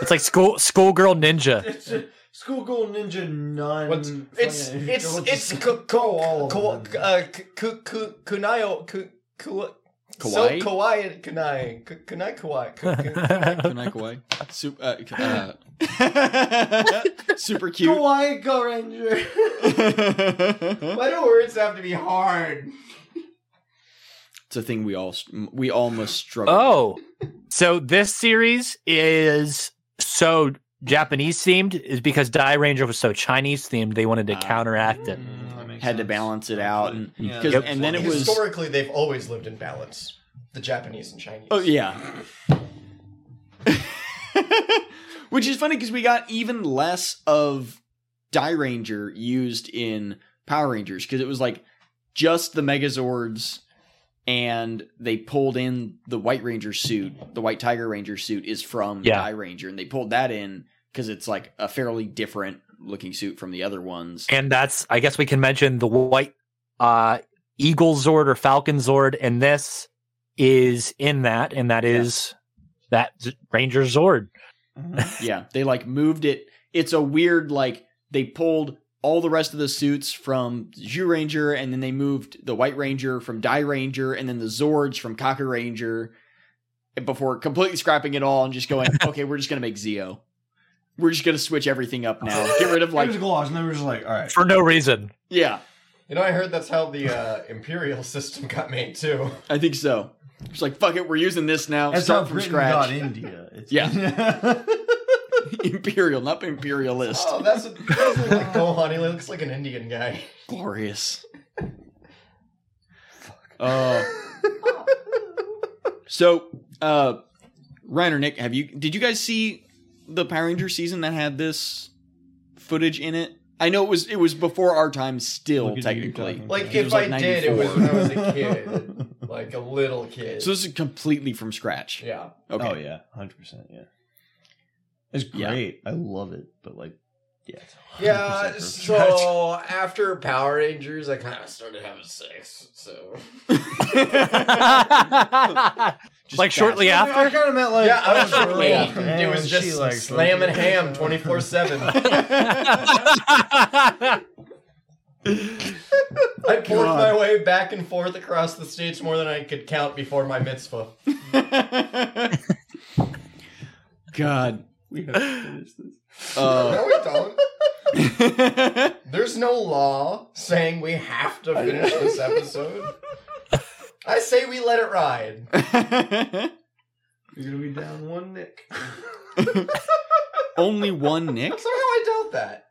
[SPEAKER 7] it's like school schoolgirl ninja.
[SPEAKER 8] It's a schoolgirl ninja nun.
[SPEAKER 4] What's it's
[SPEAKER 8] fucking-
[SPEAKER 4] it's
[SPEAKER 8] don't
[SPEAKER 4] it's
[SPEAKER 8] just-
[SPEAKER 4] k-
[SPEAKER 8] go all of
[SPEAKER 4] Kawa-
[SPEAKER 8] them.
[SPEAKER 4] uh, k- ku- ku- kunayo ku- ku- so
[SPEAKER 3] Kawaii?
[SPEAKER 4] kawaii and kunai K- kunai kawaii K- k-
[SPEAKER 3] Kunai Kawaii. Super, uh, k- uh, super cute.
[SPEAKER 8] Kawaii Go Ranger.
[SPEAKER 3] it's
[SPEAKER 4] why do words have to be hard
[SPEAKER 3] a thing we all str- we all must struggle.
[SPEAKER 7] Oh, so this series is so Japanese themed is because Die Ranger was so Chinese themed. They wanted to
[SPEAKER 3] Ah.
[SPEAKER 7] counteract
[SPEAKER 8] Hmm.
[SPEAKER 7] it.
[SPEAKER 8] Mm,
[SPEAKER 3] had to balance it out, and
[SPEAKER 8] Yeah.
[SPEAKER 3] 'cause-
[SPEAKER 7] Yep.
[SPEAKER 3] and then it was
[SPEAKER 4] historically they've always lived in balance the japanese and chinese
[SPEAKER 3] Oh yeah. Which is funny because we got even less of Die Ranger used in Power Rangers because it was like just the Megazords, and they pulled in the White Ranger suit. The White Tiger Ranger suit is from
[SPEAKER 7] Yeah.
[SPEAKER 3] Die Ranger, and they pulled that in because it's like a fairly different looking suit from the other ones.
[SPEAKER 7] And that's I guess we can mention the white uh Eagle Zord or Falcon Zord, and this is in that, and that is that Z- Ranger Zord.
[SPEAKER 3] yeah, they like moved it. It's a weird like they pulled all the rest of the suits from Zhu Ranger, and then they moved the White Ranger from Die Ranger, and then the Zords from Cocker Ranger, before completely scrapping it all and just going, okay, we're just gonna make Zeo. We're just gonna switch everything up now. Get rid of like
[SPEAKER 8] Like, it was gloss, and they were just like, all right.
[SPEAKER 7] For no reason.
[SPEAKER 3] yeah,
[SPEAKER 4] you know i heard that's how the uh, imperial system got made too
[SPEAKER 3] I think so. It's like fuck it, we're using this now.
[SPEAKER 8] That's how
[SPEAKER 3] Start from
[SPEAKER 8] Britain got
[SPEAKER 3] scratch.
[SPEAKER 8] India. It's-
[SPEAKER 3] Imperial, not imperialist.
[SPEAKER 4] oh that's what that's what, like gohan he looks like an indian guy
[SPEAKER 3] glorious. Oh. so, uh, Ryan or Nick, have you? Did you guys see the Power Ranger season that had this footage in it? I know it was it was before our time, still
[SPEAKER 8] Look at you
[SPEAKER 3] technically.
[SPEAKER 8] talking.
[SPEAKER 4] like
[SPEAKER 3] It
[SPEAKER 4] if
[SPEAKER 3] was, like,
[SPEAKER 4] i did it
[SPEAKER 3] 94.
[SPEAKER 4] was when i was a kid like a little kid
[SPEAKER 3] So this is completely from scratch.
[SPEAKER 4] yeah
[SPEAKER 3] Okay.
[SPEAKER 8] Oh yeah, hundred percent. Yeah, it's
[SPEAKER 3] Yeah.
[SPEAKER 8] great. I love it, but like, yeah. it's 100%
[SPEAKER 4] Yeah,
[SPEAKER 8] perfect.
[SPEAKER 4] so after Power Rangers, I kind of started having sex. So
[SPEAKER 3] Just
[SPEAKER 7] like shortly
[SPEAKER 3] fast.
[SPEAKER 8] I
[SPEAKER 7] after
[SPEAKER 8] kind of meant like
[SPEAKER 4] yeah, I was
[SPEAKER 8] girl,
[SPEAKER 4] really
[SPEAKER 8] and
[SPEAKER 4] it was
[SPEAKER 8] she,
[SPEAKER 4] just
[SPEAKER 8] like,
[SPEAKER 4] slamming ham twenty four seven. I poured my way back and forth across the states more than I could count before my mitzvah.
[SPEAKER 3] God.
[SPEAKER 8] We have to finish this.
[SPEAKER 3] Uh,
[SPEAKER 4] we don't. There's no law saying we have to finish this episode. I say we let it ride.
[SPEAKER 8] You're gonna be down one nick.
[SPEAKER 3] only one Nick.
[SPEAKER 4] Somehow I doubt that.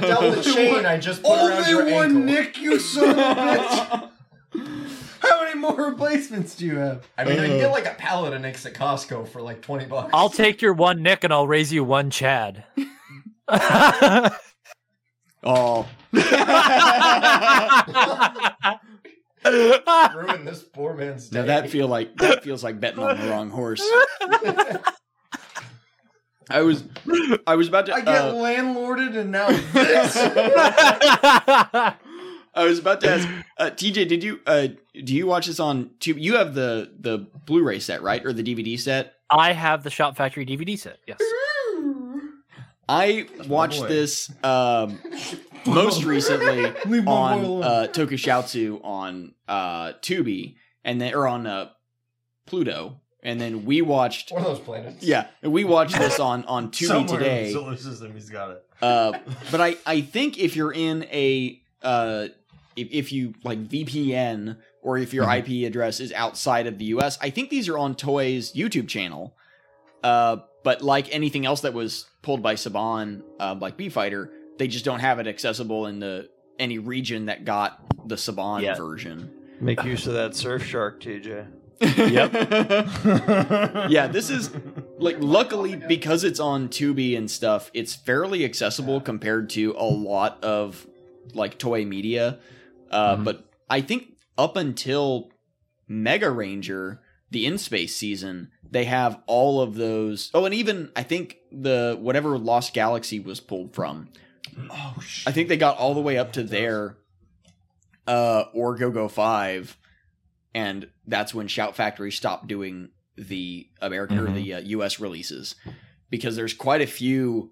[SPEAKER 4] doubt the chain I just put around your
[SPEAKER 8] Only
[SPEAKER 4] ankle.
[SPEAKER 8] one nick, you son of a bitch. How many more replacements do you have?
[SPEAKER 4] I mean, I can
[SPEAKER 3] Uh.
[SPEAKER 4] get like a pallet of Nicks at Costco for like 20 bucks.
[SPEAKER 7] I'll take your one Nick and I'll raise you one Chad.
[SPEAKER 3] Oh.
[SPEAKER 4] ruin this poor man's day.
[SPEAKER 3] Now that feel like that feels like betting on the wrong horse. I was I was about to
[SPEAKER 8] I get
[SPEAKER 3] uh,
[SPEAKER 8] landlorded, and now this.
[SPEAKER 3] I was about to ask uh, TJ did you uh do you watch this on tube you have the the Blu-ray set right or the DVD set
[SPEAKER 7] I have the Shop Factory DVD set. Yes.
[SPEAKER 3] I watched
[SPEAKER 8] boy.
[SPEAKER 3] this um most recently
[SPEAKER 8] Leave my boy
[SPEAKER 3] on
[SPEAKER 8] alone.
[SPEAKER 3] uh Tokushoutsu on uh Tubi and then or on uh Pluto and then we watched
[SPEAKER 4] One of those planets.
[SPEAKER 3] yeah and we watched this on on Tubi
[SPEAKER 8] Somewhere in
[SPEAKER 3] today
[SPEAKER 8] the solar system, he's got it.
[SPEAKER 3] Uh, but I, I think if you're in a uh, if, if you like VPN or if your IP address is outside of the US, I think these are on Toy's YouTube channel. Uh, but like anything else that was pulled by Saban, uh, like B Fighter, they just don't have it accessible in the any region that got the Saban
[SPEAKER 7] Yeah.
[SPEAKER 3] version.
[SPEAKER 5] Make use of that surf shark, TJ.
[SPEAKER 3] Yep.
[SPEAKER 8] yeah,
[SPEAKER 3] yeah, this is like luckily because it's on Tubi and stuff, it's fairly accessible compared to a lot of like toy media. Uh, But I think up until Mega Ranger, the in space season, they have all of those. Oh, and even I think the whatever Lost Galaxy was pulled from,
[SPEAKER 8] Oh shit!
[SPEAKER 3] I think they got all the way up to there, uh, or Go Go Five, and that's when Shout Factory stopped doing the American or
[SPEAKER 7] Mhm.
[SPEAKER 3] the uh, U.S. releases because there's quite a few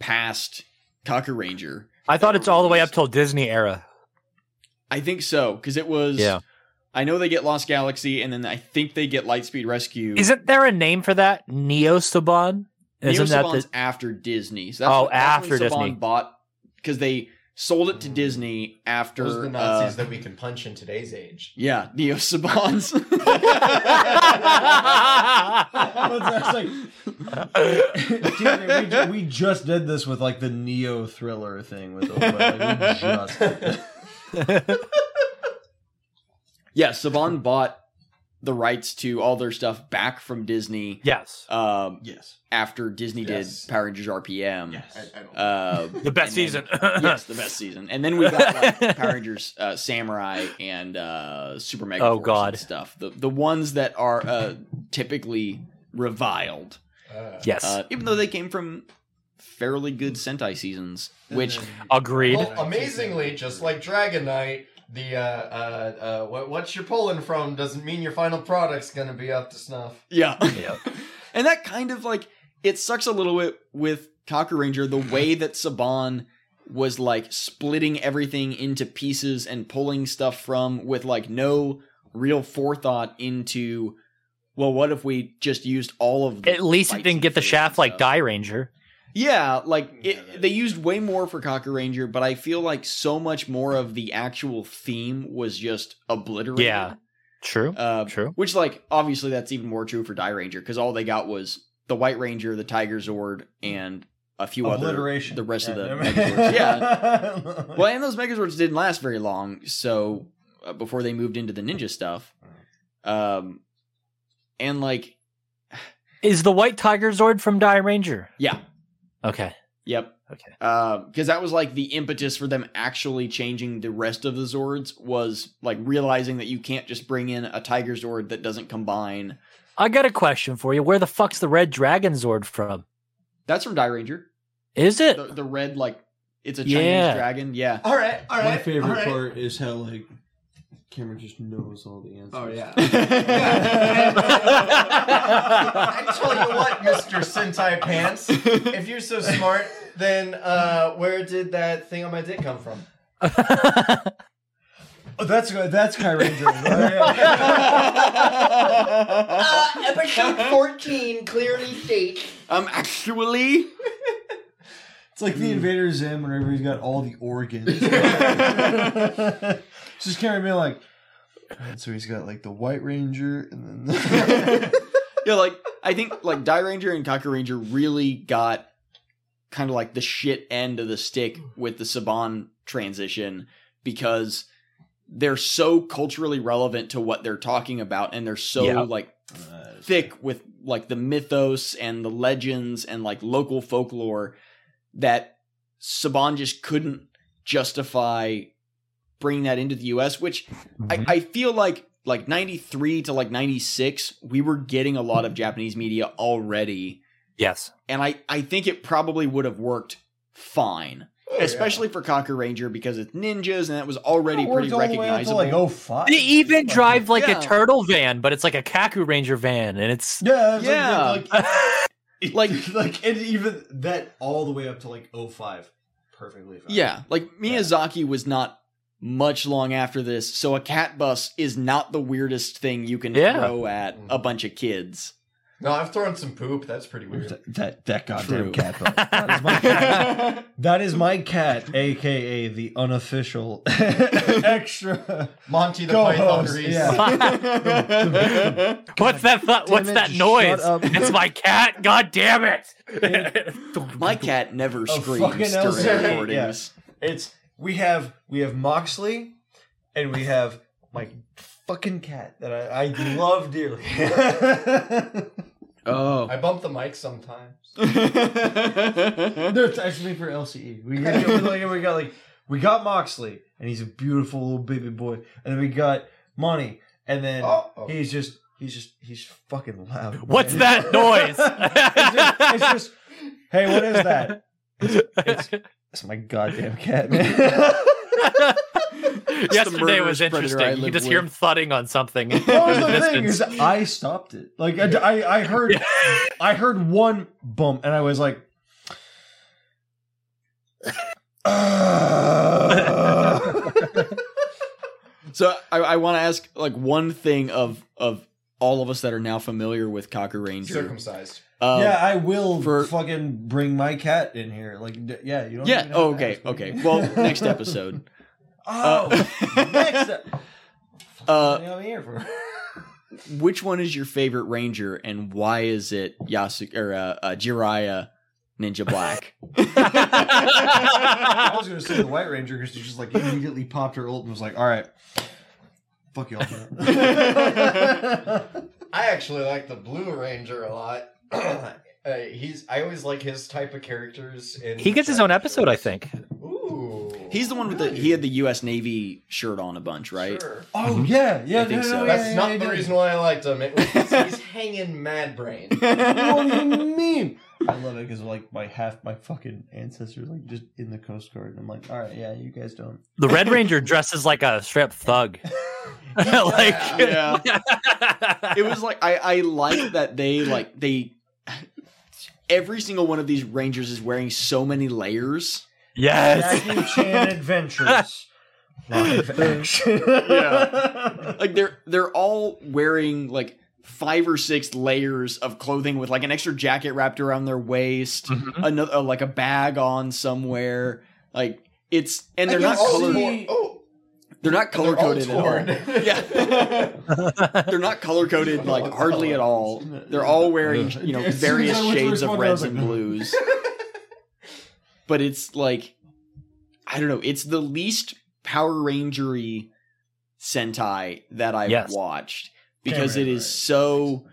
[SPEAKER 3] past Cocker Ranger.
[SPEAKER 7] I thought it's all the way up till Disney era.
[SPEAKER 3] I think so because it was.
[SPEAKER 7] Yeah.
[SPEAKER 3] I know they get Lost Galaxy, and then I think they get Lightspeed Rescue.
[SPEAKER 7] Isn't there a name for that? Neo Saban? Isn't that
[SPEAKER 3] Saban's
[SPEAKER 7] the
[SPEAKER 3] after Disney? So that's
[SPEAKER 7] Oh,
[SPEAKER 3] when- that's when
[SPEAKER 7] after
[SPEAKER 3] Saban
[SPEAKER 7] Disney.
[SPEAKER 3] bought because they sold it to Disney after
[SPEAKER 4] Those are the Nazis
[SPEAKER 3] uh,
[SPEAKER 4] that we can punch in today's age.
[SPEAKER 3] yeah, Neo Saban's.
[SPEAKER 8] That's like, dude, we, ju- we just did this with like the neo thriller thing with Oprah. Like, we just did this.
[SPEAKER 3] yeah, Saban bought the rights to all their stuff back from Disney.
[SPEAKER 7] yes,
[SPEAKER 3] Um,
[SPEAKER 8] yes,
[SPEAKER 3] after Disney
[SPEAKER 4] Yes.
[SPEAKER 3] did Power Rangers RPM.
[SPEAKER 8] yes.
[SPEAKER 4] I, I don't.
[SPEAKER 3] Uh,
[SPEAKER 7] the best
[SPEAKER 3] and then-
[SPEAKER 7] season?
[SPEAKER 3] yes, the best season. And then we got like Power Rangers uh, Samurai and uh, Super Mega
[SPEAKER 7] Oh,
[SPEAKER 3] Force
[SPEAKER 7] God.
[SPEAKER 3] and stuff. The the ones that are uh, typically reviled,
[SPEAKER 4] uh,
[SPEAKER 7] yes,
[SPEAKER 3] uh, even though they came from fairly good Sentai seasons. Which
[SPEAKER 7] agreed.
[SPEAKER 4] Well, Oh, amazingly, just like Dragon Knight, the uh, uh, uh, what, what you're pulling from doesn't mean your final product's gonna be up to snuff.
[SPEAKER 3] yeah, and that kind of like it sucks a little bit with Cocker Ranger the way that Saban was like splitting everything into pieces and pulling stuff from with like no real forethought into well what if we just used all of the
[SPEAKER 7] At least it
[SPEAKER 3] fights
[SPEAKER 7] didn't
[SPEAKER 3] and
[SPEAKER 7] get the
[SPEAKER 3] fists
[SPEAKER 7] shaft
[SPEAKER 3] and
[SPEAKER 7] like
[SPEAKER 3] stuff.
[SPEAKER 7] Die Ranger.
[SPEAKER 3] yeah like it,
[SPEAKER 4] Yeah, that-
[SPEAKER 3] they used way more for Cocker Ranger but I feel like so much more of the actual theme was just obliterated
[SPEAKER 7] Yeah. True.
[SPEAKER 3] uh,
[SPEAKER 7] True.
[SPEAKER 3] Which, like, obviously, that's even more true for Die Ranger because all they got was the White Ranger, the Tiger Zord, and a few other.
[SPEAKER 8] Obliteration.
[SPEAKER 3] the rest of the
[SPEAKER 8] never-
[SPEAKER 3] Megazords.
[SPEAKER 8] Yeah.
[SPEAKER 3] Well, and those Megazords didn't last very long, so uh, before they moved into the ninja stuff, um, and like,
[SPEAKER 7] Is the White Tiger Zord from Die Ranger?
[SPEAKER 3] yeah,
[SPEAKER 7] Okay.
[SPEAKER 3] Yep.
[SPEAKER 7] Okay.
[SPEAKER 3] Because that was like the impetus for them actually changing the rest of the Zords was like realizing that you can't just bring in a Tiger Zord that doesn't combine.
[SPEAKER 7] I got a question for you. Where the fuck's the Red Dragon Zord from?
[SPEAKER 3] That's from Die Ranger.
[SPEAKER 7] Is it?
[SPEAKER 3] The, the red like it's a Chinese
[SPEAKER 7] Yeah.
[SPEAKER 3] dragon. Yeah.
[SPEAKER 4] All right, all right.
[SPEAKER 8] My favorite
[SPEAKER 4] all right.
[SPEAKER 8] part is how like Cameron just knows all the answers.
[SPEAKER 4] Oh yeah. I tell you what, Mr. Sentai Pants, if you're so smart, then uh, where did that thing on my dick come from?
[SPEAKER 8] Oh, that's that's Kai Ranger. Oh, yeah.
[SPEAKER 4] episode 14 clearly states.
[SPEAKER 3] Um. Actually.
[SPEAKER 8] It's like
[SPEAKER 4] Hmm.
[SPEAKER 8] the Invader Zim whenever he's got all the organs. it's just Cameron being like. "Alright, So he's got like the White Ranger and then the
[SPEAKER 3] Yeah. Like I think like Die Ranger and Cocker Ranger really got kind of like the shit end of the stick with the Saban transition because they're so culturally relevant to what they're talking about and they're so
[SPEAKER 7] Yeah.
[SPEAKER 3] like thick with like the mythos and the legends and like local folklore that Saban just couldn't justify bringing that into the US, which
[SPEAKER 7] Mm-hmm.
[SPEAKER 3] I, I feel like like 93 to like 96, we were getting a lot of Japanese media already.
[SPEAKER 7] yes.
[SPEAKER 3] And I, I think it probably would have worked fine,
[SPEAKER 8] Oh,
[SPEAKER 3] especially for Cocker Ranger because it's ninjas and that was already pretty
[SPEAKER 8] Worked all the way up to,
[SPEAKER 3] recognizable.
[SPEAKER 8] Like oh five.
[SPEAKER 7] They even drive like
[SPEAKER 3] Yeah.
[SPEAKER 7] a turtle van, but it's like a Kaku Ranger van, and it's
[SPEAKER 8] Yeah, it's
[SPEAKER 3] Yeah.
[SPEAKER 8] Like,
[SPEAKER 3] Like-
[SPEAKER 8] like, like, and even that all the way up to like 05. perfectly fine.
[SPEAKER 3] Yeah, like
[SPEAKER 8] Yeah.
[SPEAKER 3] Miyazaki was not much long after this, so a cat bus is not the weirdest thing you can
[SPEAKER 7] Yeah.
[SPEAKER 3] throw at a
[SPEAKER 8] Mm.
[SPEAKER 3] bunch of kids.
[SPEAKER 4] No, I've thrown some poop. That's pretty weird.
[SPEAKER 8] That that, that
[SPEAKER 3] True.
[SPEAKER 8] goddamn cat. Though. That is my cat. that is my cat, aka the unofficial extra.
[SPEAKER 4] Monty the Python
[SPEAKER 8] Co-host,
[SPEAKER 4] Reese.
[SPEAKER 8] yeah.
[SPEAKER 7] what's that? fu- what's
[SPEAKER 8] it,
[SPEAKER 7] that
[SPEAKER 8] shut
[SPEAKER 7] noise?
[SPEAKER 8] up.
[SPEAKER 7] It's my cat. God damn it!
[SPEAKER 3] My cat never
[SPEAKER 8] Oh, fucking
[SPEAKER 3] screams
[SPEAKER 8] LCD,
[SPEAKER 3] during recordings.
[SPEAKER 8] It's we have we have Moxley, and we have my fucking cat that I, I love dearly.
[SPEAKER 3] Oh,
[SPEAKER 4] I bump the mic sometimes.
[SPEAKER 8] They're texting me for LCE. We got, we, like, we got like we got Moxley, and he's a beautiful little baby boy, and then we got Monty, and then
[SPEAKER 4] Oh, oh.
[SPEAKER 8] he's just he's just he's fucking loud.
[SPEAKER 7] What's
[SPEAKER 8] man.
[SPEAKER 7] that noise?
[SPEAKER 8] it's, just, it's just hey, what is that? It's, it's, it's my goddamn cat, man.
[SPEAKER 7] Yesterday was
[SPEAKER 3] murderous predator I
[SPEAKER 7] interesting. You
[SPEAKER 3] live
[SPEAKER 7] could just hear
[SPEAKER 3] with.
[SPEAKER 7] him thudding on something.
[SPEAKER 8] That was
[SPEAKER 7] from
[SPEAKER 8] the thing
[SPEAKER 7] distance.
[SPEAKER 8] is I stopped it. Like I, I, I heard, I heard one bump, and I was like,
[SPEAKER 3] Uh, So I, I want to ask like one thing of of all of us that are now familiar with Cocker Ranger.
[SPEAKER 4] Circumcised.
[SPEAKER 3] Um,
[SPEAKER 8] "Yeah, I will
[SPEAKER 3] for-
[SPEAKER 8] fucking bring my cat in here." Like, d- yeah, you don't.
[SPEAKER 3] Yeah.
[SPEAKER 8] even have
[SPEAKER 3] Oh,
[SPEAKER 8] to
[SPEAKER 3] okay.
[SPEAKER 8] ask me.
[SPEAKER 3] Okay. Well, next episode.
[SPEAKER 8] oh, next. Up.
[SPEAKER 3] Uh,
[SPEAKER 8] I'm here for.
[SPEAKER 3] which one is your favorite ranger, and why is it Yasu or uh, uh, Jiraiya Ninja Black?
[SPEAKER 8] I was gonna say the White Ranger because she just like immediately popped her ult and was like, "All right, fuck y'all." man."
[SPEAKER 4] I actually like the Blue Ranger a lot. uh, he's I always like his type of characters. In
[SPEAKER 7] He gets his own episode, I think.
[SPEAKER 4] Ooh,
[SPEAKER 3] He's the one with the he had the U.S. Navy shirt on a bunch, right?
[SPEAKER 4] Sure.
[SPEAKER 8] oh yeah, yeah.
[SPEAKER 3] I think
[SPEAKER 8] no,
[SPEAKER 3] so.
[SPEAKER 8] no, yeah,
[SPEAKER 4] That's
[SPEAKER 8] yeah,
[SPEAKER 4] not
[SPEAKER 8] yeah,
[SPEAKER 4] the
[SPEAKER 8] yeah.
[SPEAKER 4] reason why I liked him. It was 'cause he's hanging mad brain.
[SPEAKER 8] What do you mean? I love it because like my half my fucking ancestors like just in the Coast Guard, and I'm like, all right, yeah, you guys don't.
[SPEAKER 7] The Red Ranger dresses like a straight up thug. like
[SPEAKER 3] Yeah. it was like I I like that they like they every single one of these rangers is wearing so many layers.
[SPEAKER 7] yes.
[SPEAKER 8] Jackie Chan Adventures. Live action.
[SPEAKER 3] Yeah. Like they're they're all wearing like five or six layers of clothing with like an extra jacket wrapped around their waist,
[SPEAKER 7] Mhm.
[SPEAKER 3] another like a bag on somewhere. Like it's and they're
[SPEAKER 4] I
[SPEAKER 3] not
[SPEAKER 4] can
[SPEAKER 3] color
[SPEAKER 4] see- Oh,
[SPEAKER 3] they're not color
[SPEAKER 4] they're all
[SPEAKER 3] coded at all.
[SPEAKER 4] torn.
[SPEAKER 3] Yeah. they're not color coded like hardly at all. They're all wearing, you know,
[SPEAKER 8] As soon as
[SPEAKER 3] various
[SPEAKER 8] I went to
[SPEAKER 3] shades of
[SPEAKER 8] respond, I
[SPEAKER 3] reds
[SPEAKER 8] was
[SPEAKER 3] and
[SPEAKER 8] like,
[SPEAKER 3] blues. but it's like I don't know, it's the least Power Rangery Sentai that I've
[SPEAKER 7] Yes.
[SPEAKER 3] watched because
[SPEAKER 8] Kamen
[SPEAKER 3] it is
[SPEAKER 8] Rider.
[SPEAKER 3] so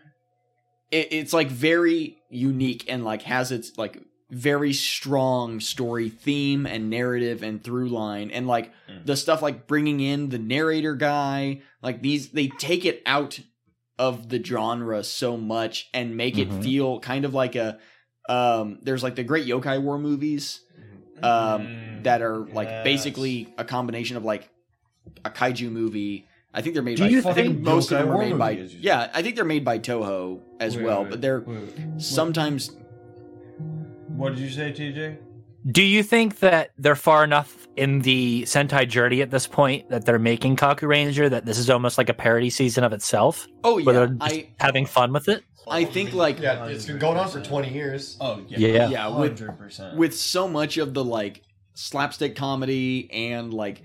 [SPEAKER 3] it, it's like very unique and like has its like very strong story theme and narrative and through line and like
[SPEAKER 8] Mm.
[SPEAKER 3] the stuff like bringing in the narrator guy like these they take it out of the genre so much and make it
[SPEAKER 7] Mhm.
[SPEAKER 3] feel kind of like a um there's like the great yokai war movies um
[SPEAKER 7] Mm-hmm.
[SPEAKER 8] mm.
[SPEAKER 3] that are like
[SPEAKER 8] Yes.
[SPEAKER 3] basically a combination of like a kaiju movie I think they're made
[SPEAKER 7] Do
[SPEAKER 3] by
[SPEAKER 7] you
[SPEAKER 3] I think
[SPEAKER 8] think
[SPEAKER 3] most of
[SPEAKER 8] yokai
[SPEAKER 3] them are
[SPEAKER 8] war
[SPEAKER 3] made by
[SPEAKER 8] movie is used?
[SPEAKER 3] yeah I think they're made by Toho as
[SPEAKER 8] Wait,
[SPEAKER 3] well
[SPEAKER 8] wait,
[SPEAKER 3] but they're
[SPEAKER 8] wait, wait.
[SPEAKER 3] sometimes
[SPEAKER 8] What did you say, TJ?
[SPEAKER 7] Do you think that they're far enough in the Sentai journey at this point that they're making Kaku Ranger that this is almost like a parody season of itself?
[SPEAKER 3] oh
[SPEAKER 7] Where
[SPEAKER 3] yeah
[SPEAKER 7] they're just
[SPEAKER 3] I
[SPEAKER 7] having fun with it?
[SPEAKER 3] I think like
[SPEAKER 4] yeah, it's been going on for twenty years.
[SPEAKER 8] Oh
[SPEAKER 7] Yeah.
[SPEAKER 3] Yeah, with-
[SPEAKER 8] hundred percent.
[SPEAKER 3] with so much of the like slapstick comedy and like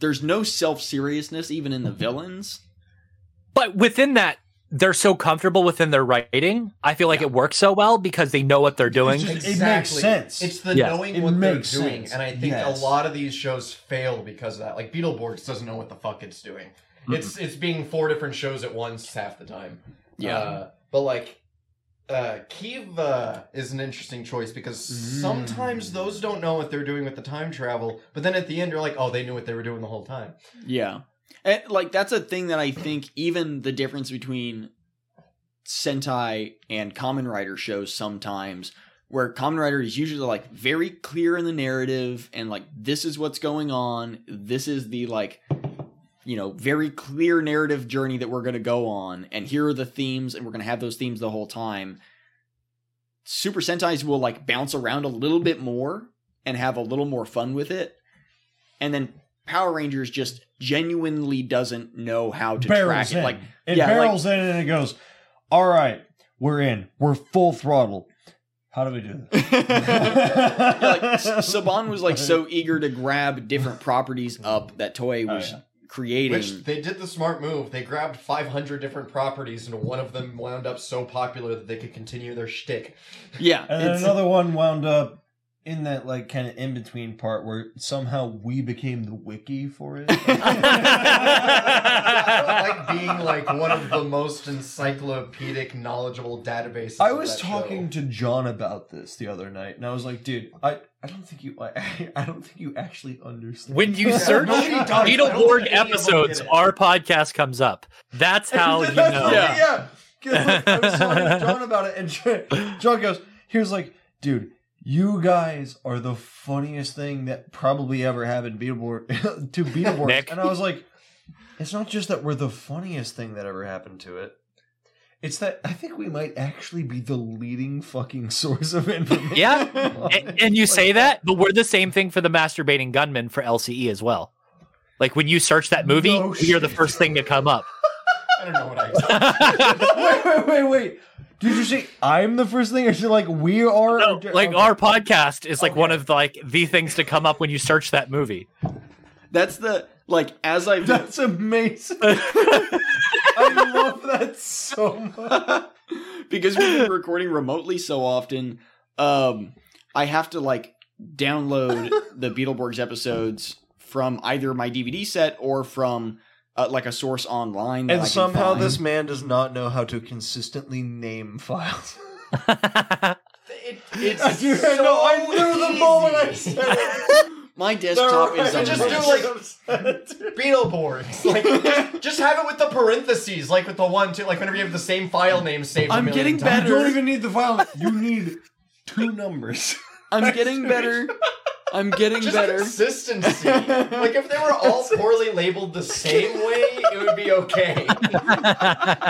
[SPEAKER 3] there's no self seriousness even in the villains.
[SPEAKER 7] But within that, they're so comfortable within their writing. I feel like it works so well because they know what they're doing.
[SPEAKER 8] It's just-
[SPEAKER 4] Exactly.
[SPEAKER 8] It makes sense.
[SPEAKER 4] It's the
[SPEAKER 7] Yeah.
[SPEAKER 4] knowing
[SPEAKER 8] It
[SPEAKER 4] what they're
[SPEAKER 8] makes
[SPEAKER 4] doing,
[SPEAKER 8] sense.
[SPEAKER 4] and I think
[SPEAKER 8] Yes.
[SPEAKER 4] a lot of these shows fail because of that. Like Beetleborgs doesn't know what the fuck it's doing. It's it's being four different shows at once half the time.
[SPEAKER 3] Yeah.
[SPEAKER 4] Uh, but like, uh, Kiva is an interesting choice because
[SPEAKER 8] Mm.
[SPEAKER 4] sometimes those don't know what they're doing with the time travel, but then at the end you're like, oh, they knew what they were doing the whole time.
[SPEAKER 3] Yeah. And like that's a thing that I think even the difference between Sentai and Common Rider shows sometimes where Common Rider is usually like very clear in the narrative and like this is what's going on, this is the like you know, very clear narrative journey that we're going to go on and here are the themes and we're going to have those themes the whole time. Super Sentais will like bounce around a little bit more and have a little more fun with it. And then Power Rangers just genuinely doesn't know how to
[SPEAKER 8] barrels
[SPEAKER 3] track it.
[SPEAKER 8] in.
[SPEAKER 3] Like
[SPEAKER 8] it
[SPEAKER 3] yeah, like-
[SPEAKER 8] barrels in and it goes, all right, we're in. We're full throttle. How do we do this?
[SPEAKER 3] Yeah, like S- Saban was like so eager to grab different properties up that Toei was
[SPEAKER 8] yeah.
[SPEAKER 3] creating.
[SPEAKER 4] Which they did the smart move. They grabbed 500 different properties, and one of them wound up so popular that they could continue their shtick.
[SPEAKER 3] yeah,
[SPEAKER 8] And then
[SPEAKER 3] it's-
[SPEAKER 8] another one wound up in that like kind of in between part where somehow we became the wiki for it.
[SPEAKER 4] I like being like one of the most encyclopedic, knowledgeable databases.
[SPEAKER 8] I
[SPEAKER 4] of
[SPEAKER 8] was
[SPEAKER 4] that
[SPEAKER 8] talking
[SPEAKER 4] show.
[SPEAKER 8] to John about this the other night, and I was like, "Dude, I, I don't think you I, I don't think you actually understand."
[SPEAKER 7] When you search
[SPEAKER 4] nobody does. I don't think
[SPEAKER 7] Beetleborg
[SPEAKER 4] anyone did
[SPEAKER 7] episodes,
[SPEAKER 4] it.
[SPEAKER 7] our podcast comes up. That's how you
[SPEAKER 8] That's
[SPEAKER 7] know.
[SPEAKER 8] the- yeah. 'Cause, like, I was talking to John about it, and John goes, "Here's like, dude, You guys are the funniest thing that probably ever happened Beetleborg to Beetleborg.
[SPEAKER 7] Nick.
[SPEAKER 8] And I was like, it's not just that we're the funniest thing that ever happened to it. It's that I think we might actually be the leading fucking source of information.
[SPEAKER 7] Yeah.
[SPEAKER 8] on
[SPEAKER 7] and,
[SPEAKER 8] it.
[SPEAKER 7] and you
[SPEAKER 8] Like,
[SPEAKER 7] say that, but we're the same thing for the masturbating gunman for LCE as well. Like when you search that movie,
[SPEAKER 8] No
[SPEAKER 7] you're the
[SPEAKER 8] shit.
[SPEAKER 7] first thing to come up.
[SPEAKER 4] I don't know what I expected.
[SPEAKER 8] wait, wait, wait, wait. Did you say I'm the first thing? Or is it like we are?
[SPEAKER 7] No, like
[SPEAKER 8] Oh, Okay.
[SPEAKER 7] our podcast is like one of like the things to come up when you search that movie.
[SPEAKER 3] That's the like as I've
[SPEAKER 8] That's amazing. I love that so much.
[SPEAKER 3] because we've been recording remotely so often, um, I have to like download the Beetleborgs episodes from either my DVD set or from uh, like a source online. that I
[SPEAKER 8] And
[SPEAKER 3] can
[SPEAKER 8] somehow
[SPEAKER 3] find.
[SPEAKER 8] this man does not know how to consistently name files.
[SPEAKER 4] It, it's
[SPEAKER 8] I do-
[SPEAKER 4] so
[SPEAKER 8] I know, I knew the moment I
[SPEAKER 4] easy.
[SPEAKER 8] said it.
[SPEAKER 3] my desktop is
[SPEAKER 4] I
[SPEAKER 3] a
[SPEAKER 4] just
[SPEAKER 3] mess.
[SPEAKER 4] do like Beetleborgs. Like just, just have it with the parentheses, like with the one, two, like whenever you have the same file name saved. a
[SPEAKER 3] I'm getting
[SPEAKER 4] million times.
[SPEAKER 8] You don't
[SPEAKER 3] better.
[SPEAKER 8] even need the file. You need two numbers.
[SPEAKER 3] I'm getting better. I'm getting
[SPEAKER 4] Just
[SPEAKER 3] better.
[SPEAKER 4] consistency. like if they were all poorly labeled the same way, it would be okay.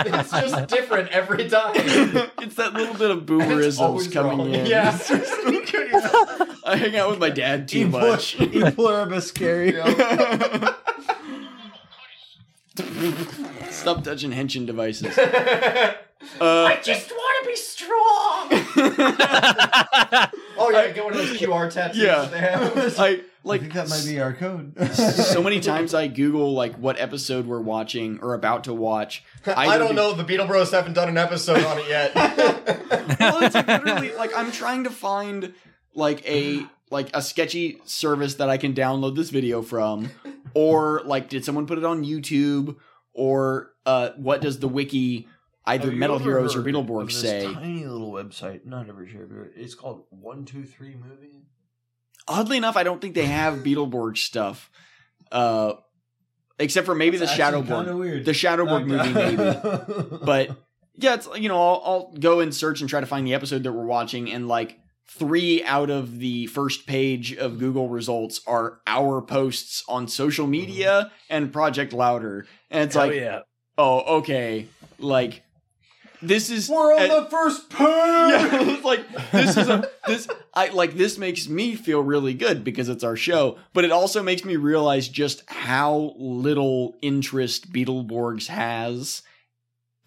[SPEAKER 4] it's just different every time.
[SPEAKER 3] it's that little bit of
[SPEAKER 4] It's always
[SPEAKER 3] boomerisms coming
[SPEAKER 4] wrong.
[SPEAKER 3] in.
[SPEAKER 4] Yeah.
[SPEAKER 3] I hang out with my dad too
[SPEAKER 8] E plur-
[SPEAKER 3] much.
[SPEAKER 8] E pluribus carry.
[SPEAKER 3] Stop touching henshin devices.
[SPEAKER 4] I just want to be strong. oh yeah, get one of those QR tattoos
[SPEAKER 3] Yeah.
[SPEAKER 4] they have.
[SPEAKER 3] I
[SPEAKER 8] I
[SPEAKER 3] like
[SPEAKER 8] think that might be our code.
[SPEAKER 3] so many times I Google like what episode we're watching or about to watch.
[SPEAKER 4] I
[SPEAKER 3] either
[SPEAKER 4] don't
[SPEAKER 3] be-
[SPEAKER 4] know. The Beetle Bros haven't done an episode on it yet.
[SPEAKER 3] Well, it's like literally like I'm trying to find like a like a sketchy service that I can download this video from, or like did someone put it on YouTube, or uh, what does the wiki either
[SPEAKER 8] Have you
[SPEAKER 3] Metal
[SPEAKER 8] ever
[SPEAKER 3] Heroes or
[SPEAKER 8] heard of
[SPEAKER 3] Beetleborg
[SPEAKER 8] this
[SPEAKER 3] say?
[SPEAKER 8] Tiny little website, not ever sure. but It's called One Two Three Movie.
[SPEAKER 3] Oddly enough, I don't think they have Beetleborg stuff, uh, except for maybe the Shadowborg.
[SPEAKER 8] Kind of weird.
[SPEAKER 3] The Shadowborg movie, maybe.
[SPEAKER 8] maybe.
[SPEAKER 3] But yeah, it's you know I'll, I'll go and search and try to find the episode that we're watching, and like three out of the first page of Google results are our posts on social media and Project Louder, and it's like,
[SPEAKER 6] yeah.
[SPEAKER 3] oh, okay, like this is
[SPEAKER 8] we're on
[SPEAKER 3] at-
[SPEAKER 8] the first page.
[SPEAKER 3] yeah, it's like this is a, this I like this makes me feel really good because it's our show, but it also makes me realize just how little interest Beetleborgs has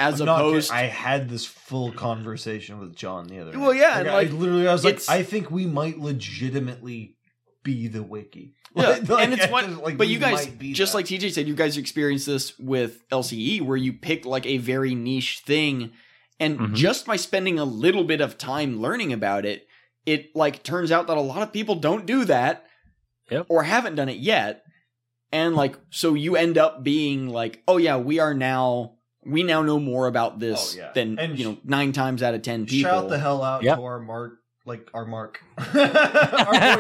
[SPEAKER 3] as
[SPEAKER 8] I'm not kidding.
[SPEAKER 3] opposed
[SPEAKER 8] I had this full conversation with John the other.
[SPEAKER 3] Well,
[SPEAKER 8] night.
[SPEAKER 3] yeah, and,
[SPEAKER 8] I-
[SPEAKER 3] like,
[SPEAKER 8] I literally, I was like,
[SPEAKER 3] it's-
[SPEAKER 8] I think we might legitimately be the wiki.
[SPEAKER 3] Yeah,
[SPEAKER 8] Like,
[SPEAKER 3] and it's
[SPEAKER 8] I
[SPEAKER 3] one.
[SPEAKER 8] think, like,
[SPEAKER 3] but
[SPEAKER 8] we
[SPEAKER 3] you guys,
[SPEAKER 8] might be
[SPEAKER 3] just
[SPEAKER 8] that.
[SPEAKER 3] like TJ said, you guys experienced this with LCE, where you pick like a very niche thing, and
[SPEAKER 7] Mhm.
[SPEAKER 3] just by spending a little bit of time learning about it, it like turns out that a lot of people don't do that,
[SPEAKER 7] Yep.
[SPEAKER 3] or haven't done it yet, and like so you end up being like, oh yeah, we are now we now know more about this
[SPEAKER 8] Oh, yeah.
[SPEAKER 3] than
[SPEAKER 8] And
[SPEAKER 3] you know
[SPEAKER 8] sh-
[SPEAKER 3] nine times out of ten people.
[SPEAKER 8] Shout the hell out
[SPEAKER 7] Yep.
[SPEAKER 8] to our Mark, like our Mark, our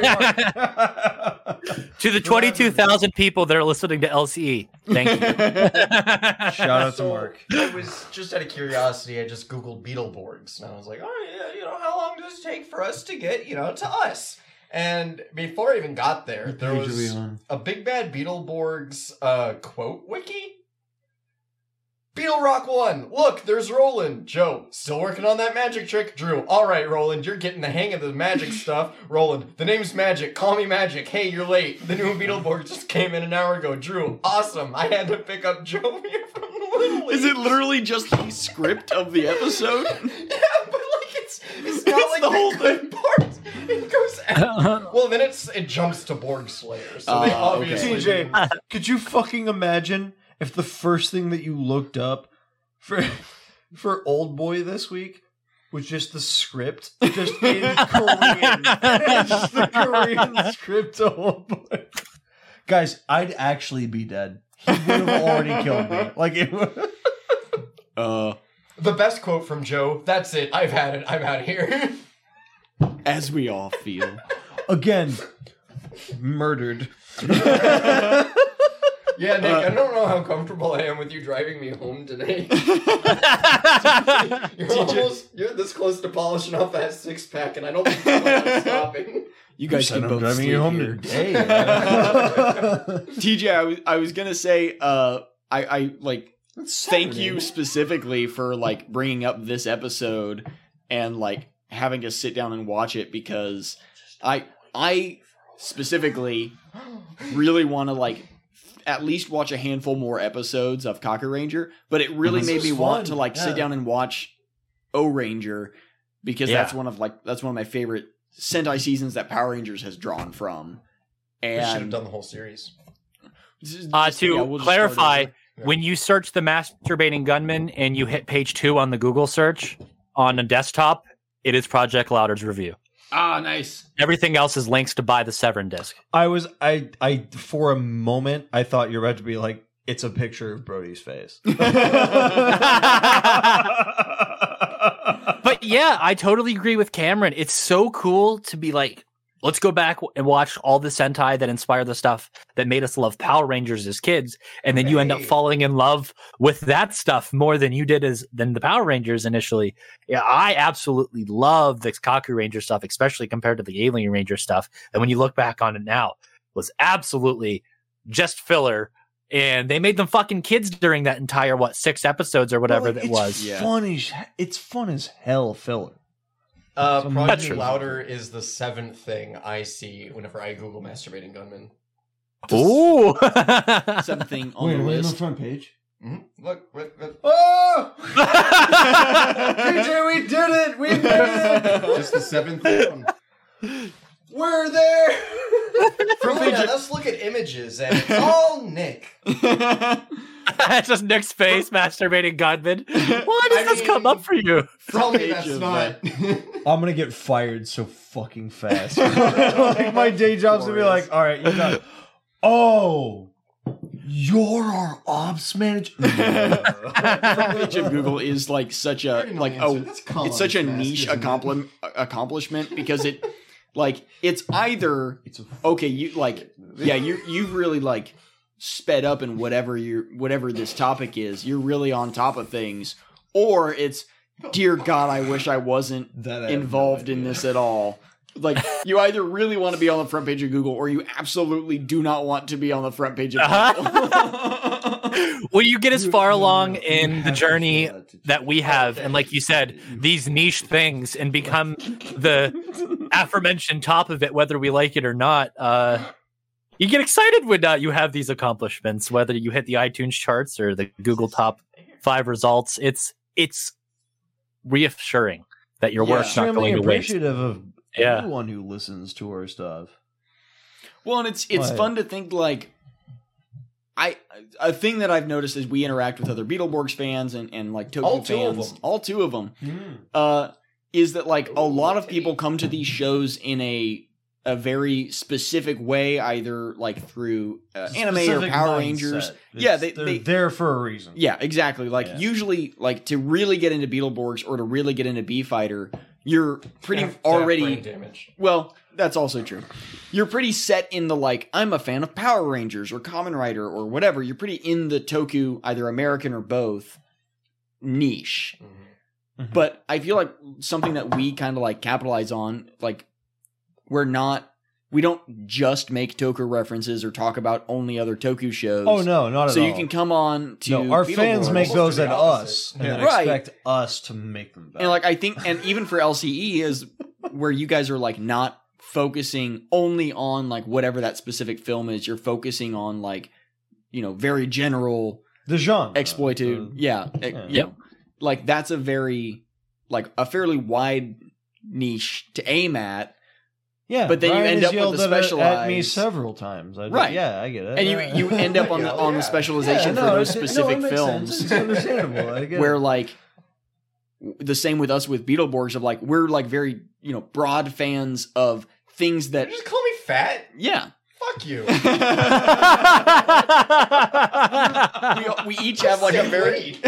[SPEAKER 8] boy Mark.
[SPEAKER 7] to the 22,000 people that are listening to LCE, thank you.
[SPEAKER 8] Shout out to
[SPEAKER 4] So,
[SPEAKER 8] Mark.
[SPEAKER 4] It was just out of curiosity. I just googled Beetleborgs, and I was like, "Oh yeah, you know, how long does it take for us to get, you know, to us?" And before I even got there, there
[SPEAKER 8] Page are we
[SPEAKER 4] was
[SPEAKER 8] on?
[SPEAKER 4] a Big Bad Beetleborgs uh, quote wiki. Beetle Rock One, look, there's Roland. Joe, still working on that magic trick. Drew, all right, Roland, you're getting the hang of the magic stuff. Roland, the name's Magic. Call me Magic. Hey, you're late. The new Beetleborg just came in an hour ago. Drew, awesome. I had to pick up Joe here from Little League.
[SPEAKER 3] Is it literally just the script of the episode?
[SPEAKER 4] yeah, but like it's it's not
[SPEAKER 3] It's
[SPEAKER 4] like
[SPEAKER 3] the
[SPEAKER 4] the,
[SPEAKER 3] whole
[SPEAKER 4] whole good part. It goes. Out. well, then it's it jumps to Borg Slayer, so they
[SPEAKER 3] Ah,
[SPEAKER 4] obviously.
[SPEAKER 3] okay.
[SPEAKER 4] didn't-
[SPEAKER 8] TJ, could you fucking imagine if the first thing that you looked up for for Old Boy this week was just the script, just in Korean, just the Korean script to Old Boy? Guys, I'd actually be dead. He would have already killed me. Like it would.
[SPEAKER 3] Uh,
[SPEAKER 4] The best quote from Joe. That's it. I've had it. I'm out of here.
[SPEAKER 3] as we all feel.
[SPEAKER 8] again murdered.
[SPEAKER 4] Yeah, Nick, I don't know how comfortable I am with you driving me home today. You're almost, you're this close to polishing off that six pack, and I don't think I'm stopping.
[SPEAKER 3] You guys can both sleep here.
[SPEAKER 8] today.
[SPEAKER 3] TJ, I was, I was gonna say, uh, I, I like thank you specifically for like bringing up this episode and like having to sit down and watch it because I, I specifically really want to like at least watch a handful more episodes of Cocker Ranger, but it really made me want to like sit down and watch O Ranger because
[SPEAKER 7] Yeah.
[SPEAKER 3] that's one of like that's one of my favorite Sentai seasons that Power Rangers has drawn from.
[SPEAKER 4] I should have
[SPEAKER 3] And
[SPEAKER 4] done the whole series.
[SPEAKER 3] just-
[SPEAKER 7] Uh,
[SPEAKER 3] just-
[SPEAKER 7] to
[SPEAKER 3] yeah, we'll just start
[SPEAKER 7] clarify,
[SPEAKER 3] over.
[SPEAKER 7] when you search the masturbating gunman and you hit page two on the Google search on a desktop, it is Project Louder's review.
[SPEAKER 3] Ah, nice.
[SPEAKER 7] Everything else is links to buy the Severin disc.
[SPEAKER 8] I was I I for a moment I thought you were about to be like it's a picture of Brody's face.
[SPEAKER 7] But yeah, I totally agree with Cameron. It's so cool to be like, let's go back and watch all the Sentai that inspired the stuff that made us love Power Rangers as kids, and then you end up
[SPEAKER 4] Right.
[SPEAKER 7] falling in love with that stuff more than you did as than the Power Rangers initially. Yeah, I absolutely love the Kaku Ranger stuff, especially compared to the Alien Ranger stuff. And when you look back on it now, it was absolutely just filler. And they made them fucking kids during that entire what six episodes or whatever
[SPEAKER 8] Like,
[SPEAKER 7] that
[SPEAKER 8] it's
[SPEAKER 7] was.
[SPEAKER 3] Yeah.
[SPEAKER 8] Fun as, it's fun as hell, filler.
[SPEAKER 4] Uh,
[SPEAKER 8] Some
[SPEAKER 4] Project
[SPEAKER 7] veteran.
[SPEAKER 4] Louder is the seventh thing I see whenever I Google masturbating gunman.
[SPEAKER 7] Ooh.
[SPEAKER 3] Something on the list.
[SPEAKER 8] front page.
[SPEAKER 4] Mhm. Look, what, what- Ah!
[SPEAKER 8] Oh, TJ, we did it! We did it!
[SPEAKER 4] just the seventh one.
[SPEAKER 8] We're there.
[SPEAKER 4] Oh, yeah, let's look at images, and it's all Nick.
[SPEAKER 7] That's just Nick's face masturbating Godman. Why does
[SPEAKER 4] I
[SPEAKER 7] this come
[SPEAKER 4] mean-
[SPEAKER 7] up for you?
[SPEAKER 4] Tell me that's
[SPEAKER 3] Page of
[SPEAKER 4] not.
[SPEAKER 8] I'm gonna get fired so fucking fast. like my day job's gonna be like, all right, you got. It. Oh, you're our ops manager.
[SPEAKER 3] Page of Google is like such a
[SPEAKER 4] You're gonna
[SPEAKER 3] like
[SPEAKER 4] answer.
[SPEAKER 3] oh,
[SPEAKER 4] That's common
[SPEAKER 3] it's such a
[SPEAKER 4] fast,
[SPEAKER 3] niche
[SPEAKER 4] isn't it?
[SPEAKER 3] accompli- accomplishment because it like it's either okay you like yeah you you've really like sped up in whatever your whatever this topic is you're really on top of things or it's dear god i wish i wasn't
[SPEAKER 8] That I have no
[SPEAKER 3] involved in
[SPEAKER 8] idea.
[SPEAKER 3] this at all like you either really want to be on the front page of google or you absolutely do not want to be on the front page of
[SPEAKER 8] Uh-huh.
[SPEAKER 7] Well, you get as far along in the journey that we have, and like you said, these niche things, and become the aforementioned top of it, whether we like it or not. Uh, you get excited when uh, you have these accomplishments, whether you hit the iTunes charts or the Google top five results. It's it's reassuring that your
[SPEAKER 3] Yeah.
[SPEAKER 7] work's not
[SPEAKER 8] extremely
[SPEAKER 7] going to waste.
[SPEAKER 8] appreciative of
[SPEAKER 7] Yeah.
[SPEAKER 8] everyone who listens to our stuff.
[SPEAKER 3] Well, and it's it's
[SPEAKER 8] Right.
[SPEAKER 3] fun to think like I a thing that I've noticed is we interact with other Beetleborgs fans and and like Tokyo
[SPEAKER 4] All two of
[SPEAKER 3] fans,
[SPEAKER 4] them.
[SPEAKER 3] all two of them. Uh, is that like a lot of people come to these shows in a a very specific way, either like through uh, anime or
[SPEAKER 8] Specific
[SPEAKER 3] Power
[SPEAKER 8] mindset.
[SPEAKER 3] Rangers.
[SPEAKER 8] It's-
[SPEAKER 3] yeah, they
[SPEAKER 8] they're
[SPEAKER 3] they
[SPEAKER 8] there for a reason.
[SPEAKER 3] yeah, exactly. Like
[SPEAKER 8] Yeah.
[SPEAKER 3] usually, like to really get into Beetleborgs or to really get into B Fighter, you're pretty
[SPEAKER 4] Half- half
[SPEAKER 3] already
[SPEAKER 4] brain damage.
[SPEAKER 3] well, that's also true. You're pretty set in the like, I'm a fan of Power Rangers or Common Rider or whatever. You're pretty in the Toku, either American or both, niche.
[SPEAKER 4] Mm-hmm.
[SPEAKER 8] Mhm.
[SPEAKER 3] But I feel like something that we kind of like capitalize on, like, we're not, we don't just make Toku references or talk about only other Toku shows.
[SPEAKER 8] Oh no, not at
[SPEAKER 3] So
[SPEAKER 8] all.
[SPEAKER 3] you can come on to
[SPEAKER 8] no, our fans
[SPEAKER 3] Beetleborgs.
[SPEAKER 8] make
[SPEAKER 4] Almost
[SPEAKER 8] those
[SPEAKER 4] the
[SPEAKER 8] at us,
[SPEAKER 4] opposite.
[SPEAKER 8] and
[SPEAKER 4] Yeah.
[SPEAKER 8] then
[SPEAKER 3] Right.
[SPEAKER 8] expect us to make them better.
[SPEAKER 3] And like I think, and even for LCE is where you guys are like not focusing only on like whatever that specific film is. You're focusing on like you know very general
[SPEAKER 8] the genre
[SPEAKER 3] exploited,
[SPEAKER 8] the-
[SPEAKER 3] yeah, e-
[SPEAKER 8] Uh, yeah.
[SPEAKER 3] you know, like that's a very like a fairly wide niche to aim at,
[SPEAKER 8] yeah.
[SPEAKER 3] but then you
[SPEAKER 8] Ryan
[SPEAKER 3] end
[SPEAKER 8] has
[SPEAKER 3] up with
[SPEAKER 8] yelled
[SPEAKER 3] the
[SPEAKER 8] at- uh, at me
[SPEAKER 3] specialized-
[SPEAKER 8] several times. I,
[SPEAKER 3] Right.
[SPEAKER 8] Yeah, I get it.
[SPEAKER 3] and you you end up on the on the specialization
[SPEAKER 8] Yeah,
[SPEAKER 3] for
[SPEAKER 8] no,
[SPEAKER 3] those
[SPEAKER 8] it- no, it
[SPEAKER 3] specific
[SPEAKER 8] makes sense.
[SPEAKER 3] films.
[SPEAKER 8] It's understandable. I get it.
[SPEAKER 3] where like w- the same with us with Beetleborgs of like we're like very you know broad fans of things that
[SPEAKER 4] Just call me fat.
[SPEAKER 3] yeah
[SPEAKER 4] Fuck you.
[SPEAKER 3] we, we each have like a very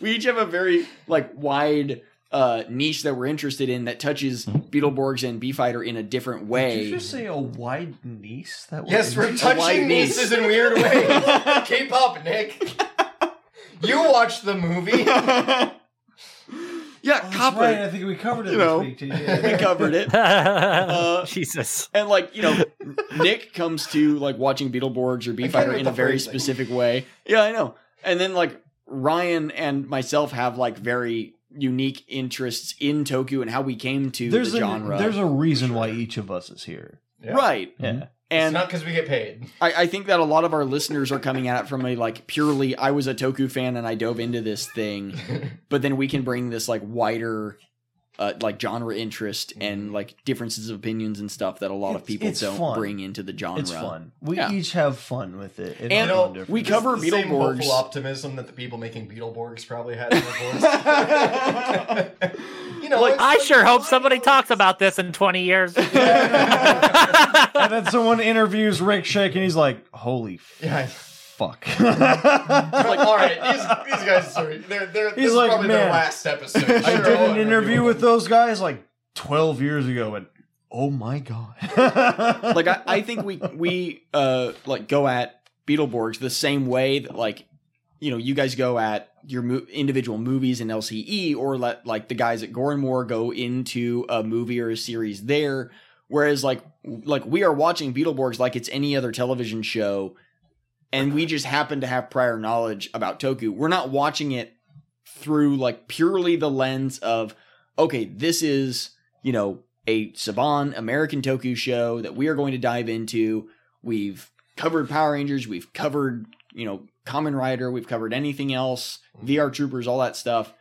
[SPEAKER 3] we each have a very like wide uh, niche that we're interested in that touches Beetleborgs and Beefighter in a different
[SPEAKER 8] Did
[SPEAKER 3] way.
[SPEAKER 8] you just say a wide niece? That
[SPEAKER 4] Yes,
[SPEAKER 8] was
[SPEAKER 4] we're
[SPEAKER 3] wide
[SPEAKER 4] touching
[SPEAKER 3] niece.
[SPEAKER 4] nieces in weird ways. K-pop, Nick. You watched the
[SPEAKER 3] yeah,
[SPEAKER 4] movie.
[SPEAKER 8] That's
[SPEAKER 3] copper.
[SPEAKER 8] right, I think we covered it
[SPEAKER 3] You
[SPEAKER 8] this
[SPEAKER 3] know.
[SPEAKER 8] week. didn't
[SPEAKER 3] We
[SPEAKER 8] we?
[SPEAKER 3] covered it.
[SPEAKER 7] Uh, Jesus.
[SPEAKER 3] And like you know, Nick comes to like watching Beetleborgs or
[SPEAKER 4] can't
[SPEAKER 3] Beefighter
[SPEAKER 4] read
[SPEAKER 3] in
[SPEAKER 4] the
[SPEAKER 3] a very
[SPEAKER 4] phrasing.
[SPEAKER 3] specific way. Yeah, I know. And then like Ryan and myself have like very unique interests in Tokyo and how we came to
[SPEAKER 8] There's
[SPEAKER 3] the
[SPEAKER 8] a
[SPEAKER 3] genre. Mm-hmm.
[SPEAKER 8] there's a reason why each of us is here.
[SPEAKER 4] Yeah.
[SPEAKER 3] right.
[SPEAKER 8] Yeah.
[SPEAKER 4] It's
[SPEAKER 3] And
[SPEAKER 4] not because we get paid.
[SPEAKER 3] I, I think that a lot of our listeners are coming at it from a like purely I was a Toku fan and I dove into this thing, but then we can bring this like wider, uh, like genre interest and like differences of opinions and stuff that a lot of
[SPEAKER 8] Mm-hmm. It's-
[SPEAKER 3] people
[SPEAKER 8] it's
[SPEAKER 3] don't
[SPEAKER 8] fun.
[SPEAKER 3] bring into the genre.
[SPEAKER 8] It's fun. We
[SPEAKER 3] Yeah.
[SPEAKER 8] each have fun with it. in
[SPEAKER 3] And
[SPEAKER 8] our own
[SPEAKER 3] we We
[SPEAKER 8] different
[SPEAKER 4] It's
[SPEAKER 3] cover
[SPEAKER 4] the same
[SPEAKER 3] Beetleborgs.
[SPEAKER 4] hopeful optimism that the people making Beetleborgs probably had in their voice. you know, it's
[SPEAKER 7] I
[SPEAKER 4] like-
[SPEAKER 7] sure hope somebody talks about this in 20 years.
[SPEAKER 8] and then someone interviews Rick Shake, and he's like, "Holy
[SPEAKER 4] Yeah, I-
[SPEAKER 8] fuck!"
[SPEAKER 4] like, all right, these, these guys are they're, they're this is
[SPEAKER 8] like,
[SPEAKER 4] probably their
[SPEAKER 8] "Man,
[SPEAKER 4] last episode.
[SPEAKER 8] I did an interview with those guys like 12 years ago, and oh my god!
[SPEAKER 3] like I, I think we we uh like go at Beetleborgs the same way that like you know you guys go at your mo- individual movies in LCE or let like the guys at Goranmore go into a movie or a series there whereas like w- like we are watching Beetleborgs like it's any other television show and we just happen to have prior knowledge about Toku we're not watching it through like purely the lens of okay this is you know a Saban American Toku show that we are going to dive into. We've covered Power Rangers, we've covered, you know, Common Rider, we've covered anything else, VR Troopers, all that stuff.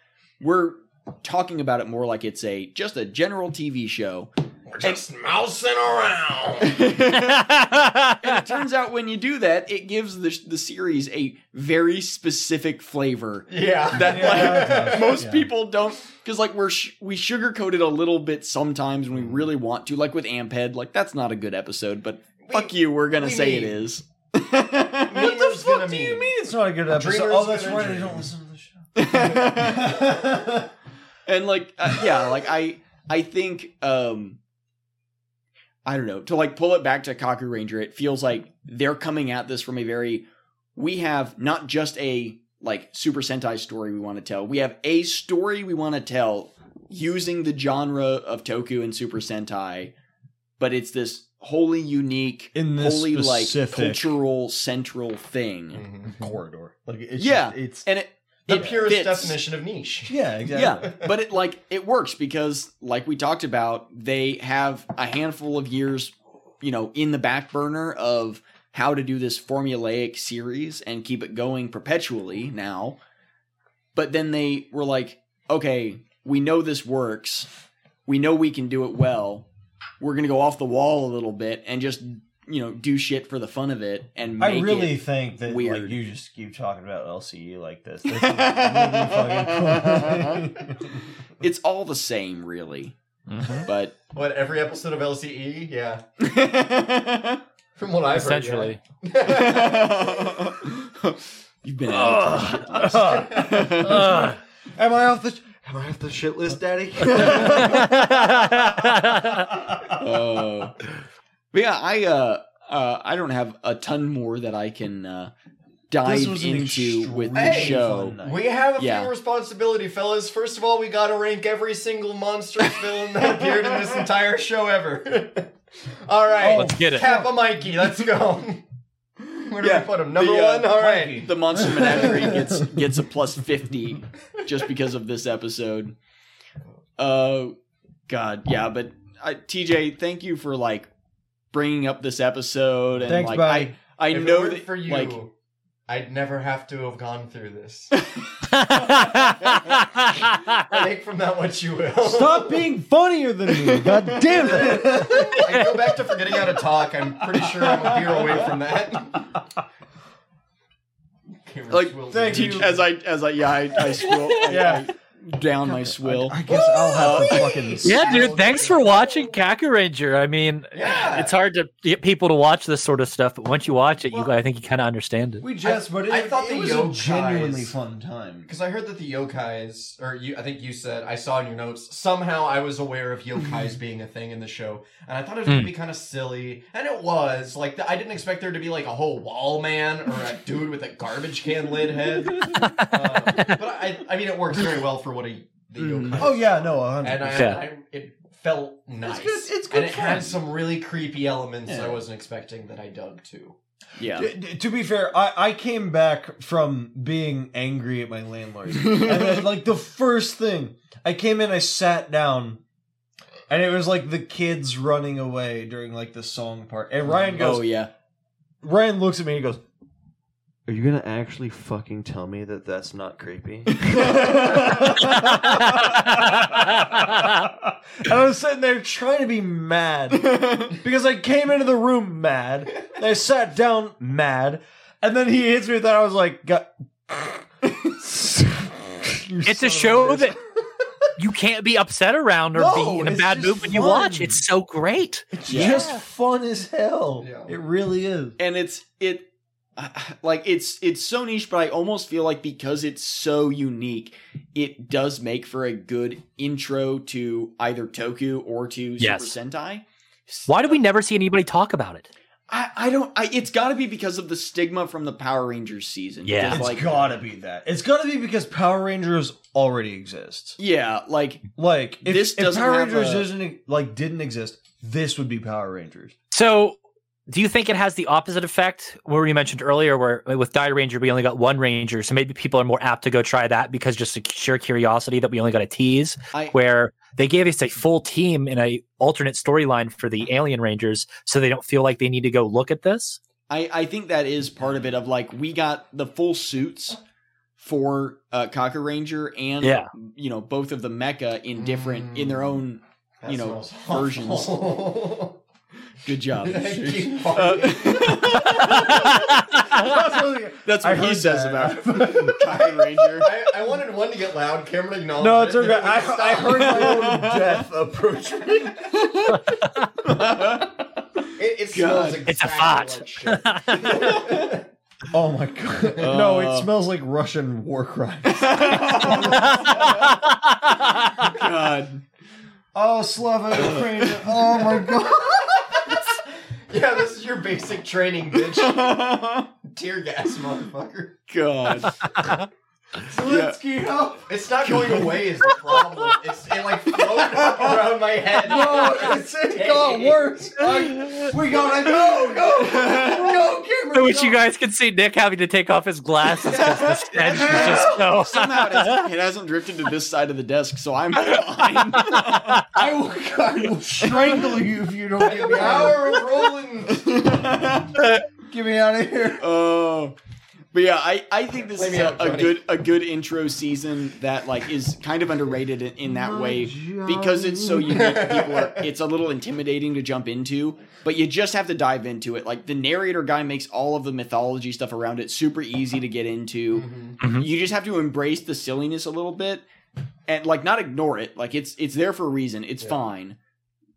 [SPEAKER 3] We're talking about it more like it's a just a general TV show.
[SPEAKER 4] We're just mousing around.
[SPEAKER 3] And it turns out when you do that, it gives the, the series a very specific flavor
[SPEAKER 4] Yeah,
[SPEAKER 3] that
[SPEAKER 8] Yeah, it
[SPEAKER 3] like
[SPEAKER 8] does.
[SPEAKER 3] most
[SPEAKER 8] Yeah.
[SPEAKER 3] people don't because like we're sh- we sugarcoat it a little bit sometimes when we really want to like with amped like that's not a good episode but fuck you we're gonna
[SPEAKER 4] we
[SPEAKER 3] say it
[SPEAKER 4] mean-
[SPEAKER 3] is
[SPEAKER 4] what
[SPEAKER 8] what the fuck do you mean it's not a good episode?
[SPEAKER 4] Dreamer's
[SPEAKER 8] oh, that's
[SPEAKER 4] gonna
[SPEAKER 8] right. I
[SPEAKER 4] dream.
[SPEAKER 8] don't listen to the show.
[SPEAKER 3] and like uh, yeah like i i think um i don't know to like pull it back to kaku ranger it feels like they're coming at this from a very we have not just a like super sentai story we want to tell we have a story we want to tell using the genre of toku and super sentai but it's this wholly unique
[SPEAKER 8] In this
[SPEAKER 3] wholly like
[SPEAKER 8] specific- Mm.
[SPEAKER 3] cultural central thing
[SPEAKER 4] Mm-hmm.
[SPEAKER 8] Corridor. Like it's
[SPEAKER 3] Yeah.
[SPEAKER 8] just- it's
[SPEAKER 3] and it
[SPEAKER 4] the
[SPEAKER 3] it
[SPEAKER 4] purest
[SPEAKER 3] fits.
[SPEAKER 4] definition of niche.
[SPEAKER 8] yeah, exactly.
[SPEAKER 3] yeah but it like it works because like we talked about they have a handful of years you know in the back burner of how to do this formulaic series and keep it going perpetually now but then they were like okay we know this works we know we can do it well we're gonna go off the wall a little bit and just you know do shit for the fun of it and make
[SPEAKER 8] I really
[SPEAKER 3] it
[SPEAKER 8] think that
[SPEAKER 3] weird.
[SPEAKER 8] like you just keep talking about LCE like this. This is really fucking cool.
[SPEAKER 3] it's all the same really but
[SPEAKER 4] What every episode of LCE? Yeah, from what I've
[SPEAKER 7] Essentially.
[SPEAKER 4] heard, yeah.
[SPEAKER 3] You've been out of practice.
[SPEAKER 7] Ugh.
[SPEAKER 8] Am I off the? Am I off the shit list, Daddy?
[SPEAKER 3] Uh, but yeah, I uh, uh, I don't have a ton more that I can uh, dive
[SPEAKER 8] This was an
[SPEAKER 3] into with the
[SPEAKER 4] extremely
[SPEAKER 3] show.
[SPEAKER 8] fun night.
[SPEAKER 4] we have a
[SPEAKER 3] Yeah.
[SPEAKER 4] few responsibility, fellas. First of all, we got to rank every single monstrous villain that appeared in this entire show ever. all
[SPEAKER 3] Oh,
[SPEAKER 4] right,
[SPEAKER 7] Let's get it.
[SPEAKER 4] Kappa Mikey, let's go. Where do
[SPEAKER 3] Yeah,
[SPEAKER 4] we put him? Number
[SPEAKER 3] the, uh,
[SPEAKER 4] one. All right.
[SPEAKER 3] The Monster Menagerie gets gets a plus fifty just because of this episode. Uh, God, yeah, but I, TJ, thank you for like bringing up this episode and
[SPEAKER 8] Thanks,
[SPEAKER 3] like
[SPEAKER 8] buddy.
[SPEAKER 3] I I
[SPEAKER 4] If it
[SPEAKER 3] know
[SPEAKER 4] weren't
[SPEAKER 3] that
[SPEAKER 4] for you,
[SPEAKER 3] like
[SPEAKER 4] I'd never have to have gone through this. Take from that what you will.
[SPEAKER 8] Stop being funnier than me. God damn it.
[SPEAKER 4] I go back to forgetting how to talk. I'm pretty sure I'm a year away from that.
[SPEAKER 3] like
[SPEAKER 4] Cameron Swills.
[SPEAKER 3] teach, as I as I yeah I, I scroll I-
[SPEAKER 8] Yeah.
[SPEAKER 3] down my swill.
[SPEAKER 8] I guess I'll have to fucking.
[SPEAKER 7] Yeah, dude. Thanks for watching Kakaranger. I mean,
[SPEAKER 4] Yeah.
[SPEAKER 7] it's hard to get people to watch this sort of stuff, but once you watch it,
[SPEAKER 4] Well,
[SPEAKER 7] you I think you kind of understand it.
[SPEAKER 8] We just, but it,
[SPEAKER 4] I thought
[SPEAKER 8] it
[SPEAKER 4] the
[SPEAKER 8] was a
[SPEAKER 4] yokais-
[SPEAKER 8] genuinely fun time.
[SPEAKER 4] Because I heard that the yokais, or you, I think you said, I saw in your notes, somehow I was aware of
[SPEAKER 3] Mm-hmm.
[SPEAKER 4] yokais being a thing in the show, and I thought
[SPEAKER 3] Mm.
[SPEAKER 4] it was going to be kind of silly, and it was. Like, the, I didn't expect there to be, like, a whole wall man or a dude with a garbage can lid head. Uh, but I, I mean, it works very well for what a, the
[SPEAKER 3] Mm.
[SPEAKER 4] yokai
[SPEAKER 8] Oh yeah, no, a hundred.
[SPEAKER 4] and I,
[SPEAKER 7] Yeah.
[SPEAKER 4] I, it felt nice.
[SPEAKER 8] good- it's
[SPEAKER 4] and
[SPEAKER 8] good
[SPEAKER 4] it had
[SPEAKER 8] fun.
[SPEAKER 4] some really creepy elements
[SPEAKER 3] Yeah.
[SPEAKER 4] I wasn't expecting that I dug too.
[SPEAKER 3] yeah.
[SPEAKER 8] D- d- To be fair, I, I came back from being angry at my landlord. and then, like, the first thing, I came in, I sat down, and it was like the kids running away during, like, the song part. And Ryan goes,
[SPEAKER 3] Oh yeah.
[SPEAKER 8] Ryan looks at me and he goes,
[SPEAKER 5] Are you gonna actually fucking tell me that that's not creepy?
[SPEAKER 8] and I was sitting there trying to be mad because I came into the room mad. and I sat down mad, and then he hits me with that. I was like, God.
[SPEAKER 7] It's a show that you can't be upset around or
[SPEAKER 8] No,
[SPEAKER 7] be in a
[SPEAKER 8] it's
[SPEAKER 7] bad
[SPEAKER 8] just
[SPEAKER 7] mood when you
[SPEAKER 8] fun.
[SPEAKER 7] watch. It's so great.
[SPEAKER 8] It's
[SPEAKER 3] Yeah.
[SPEAKER 8] just fun as hell.
[SPEAKER 4] Yeah.
[SPEAKER 8] It really is.
[SPEAKER 3] and it's it like it's it's so niche but i almost feel like because it's so unique it does make for a good intro to either toku or to
[SPEAKER 7] Yes.
[SPEAKER 3] super sentai
[SPEAKER 7] Why do we never see anybody talk about it?
[SPEAKER 3] i i don't i it's got to be because of the stigma from the power rangers season
[SPEAKER 7] Yeah.
[SPEAKER 3] Because,
[SPEAKER 8] It's
[SPEAKER 3] like
[SPEAKER 8] gotta be that. It's gotta be because Power Rangers already exists.
[SPEAKER 3] yeah like
[SPEAKER 8] Like if,
[SPEAKER 3] This
[SPEAKER 8] if
[SPEAKER 3] doesn't
[SPEAKER 8] Power
[SPEAKER 3] have a-
[SPEAKER 8] Rangers doesn't like didn't exist, this would be Power Rangers.
[SPEAKER 7] So, do you think it has the opposite effect where you mentioned earlier, where with Die Ranger we only got one ranger, so maybe people are more apt to go try that because just a sheer curiosity that we only got a tease.
[SPEAKER 3] I-
[SPEAKER 7] Where they gave us a full team in a alternate storyline for the Alien Rangers, so they don't feel like they need to go look at this.
[SPEAKER 3] i i think that is part of it of like we got the full suits for uh Cocker Ranger and
[SPEAKER 7] Yeah.
[SPEAKER 3] you know both of the mecha in different in their own You know, versions. Uh,
[SPEAKER 4] awful.
[SPEAKER 3] good job
[SPEAKER 4] Thank you.
[SPEAKER 3] That's what
[SPEAKER 8] I
[SPEAKER 3] he
[SPEAKER 8] heard
[SPEAKER 3] says
[SPEAKER 8] that.
[SPEAKER 3] about Kamen Ranger.
[SPEAKER 4] I, I wanted one to get loud. Cameron acknowledged.
[SPEAKER 8] No, it's
[SPEAKER 4] it, and
[SPEAKER 8] okay.
[SPEAKER 4] then we
[SPEAKER 8] I,
[SPEAKER 4] stopped.
[SPEAKER 8] I heard my own death approach me.
[SPEAKER 4] it, it smells exactly
[SPEAKER 7] It's a fart.
[SPEAKER 4] Like shit.
[SPEAKER 8] Oh my god! no,
[SPEAKER 3] Uh,
[SPEAKER 8] it smells like Russian war crimes.
[SPEAKER 3] God.
[SPEAKER 8] oh, Slava Ukraine! Oh my god!
[SPEAKER 4] yeah, this is your basic training, bitch. Tear gas, motherfucker.
[SPEAKER 3] God.
[SPEAKER 8] Zelensky, help!
[SPEAKER 4] It's not going away is the problem. It's it like floated up around my head.
[SPEAKER 8] No, it's it got worse. Like, we gotta go, go, go, Cameron.
[SPEAKER 7] I wish
[SPEAKER 8] go.
[SPEAKER 7] you guys could see Nick having to take off his glasses because the stench is just so.
[SPEAKER 3] Somehow it, has, it hasn't drifted to this side of the desk, so I'm fine.
[SPEAKER 8] I will, I will strangle you if you don't get me out.
[SPEAKER 4] Power of Roland.
[SPEAKER 8] Get me out of here.
[SPEAKER 3] Oh. But yeah, I, I think this
[SPEAKER 4] Play
[SPEAKER 3] is
[SPEAKER 4] me
[SPEAKER 3] a,
[SPEAKER 4] out,
[SPEAKER 3] a
[SPEAKER 4] Johnny.
[SPEAKER 3] good a good intro season that like is kind of underrated in, in that way because it's so unique. People are, it's a little intimidating to jump into, but you just have to dive into it. Like the narrator guy makes all of the mythology stuff around it super easy to get into.
[SPEAKER 4] Mm-hmm.
[SPEAKER 3] You just have to embrace the silliness a little bit and like not ignore it. Like it's it's there for a reason. It's fine,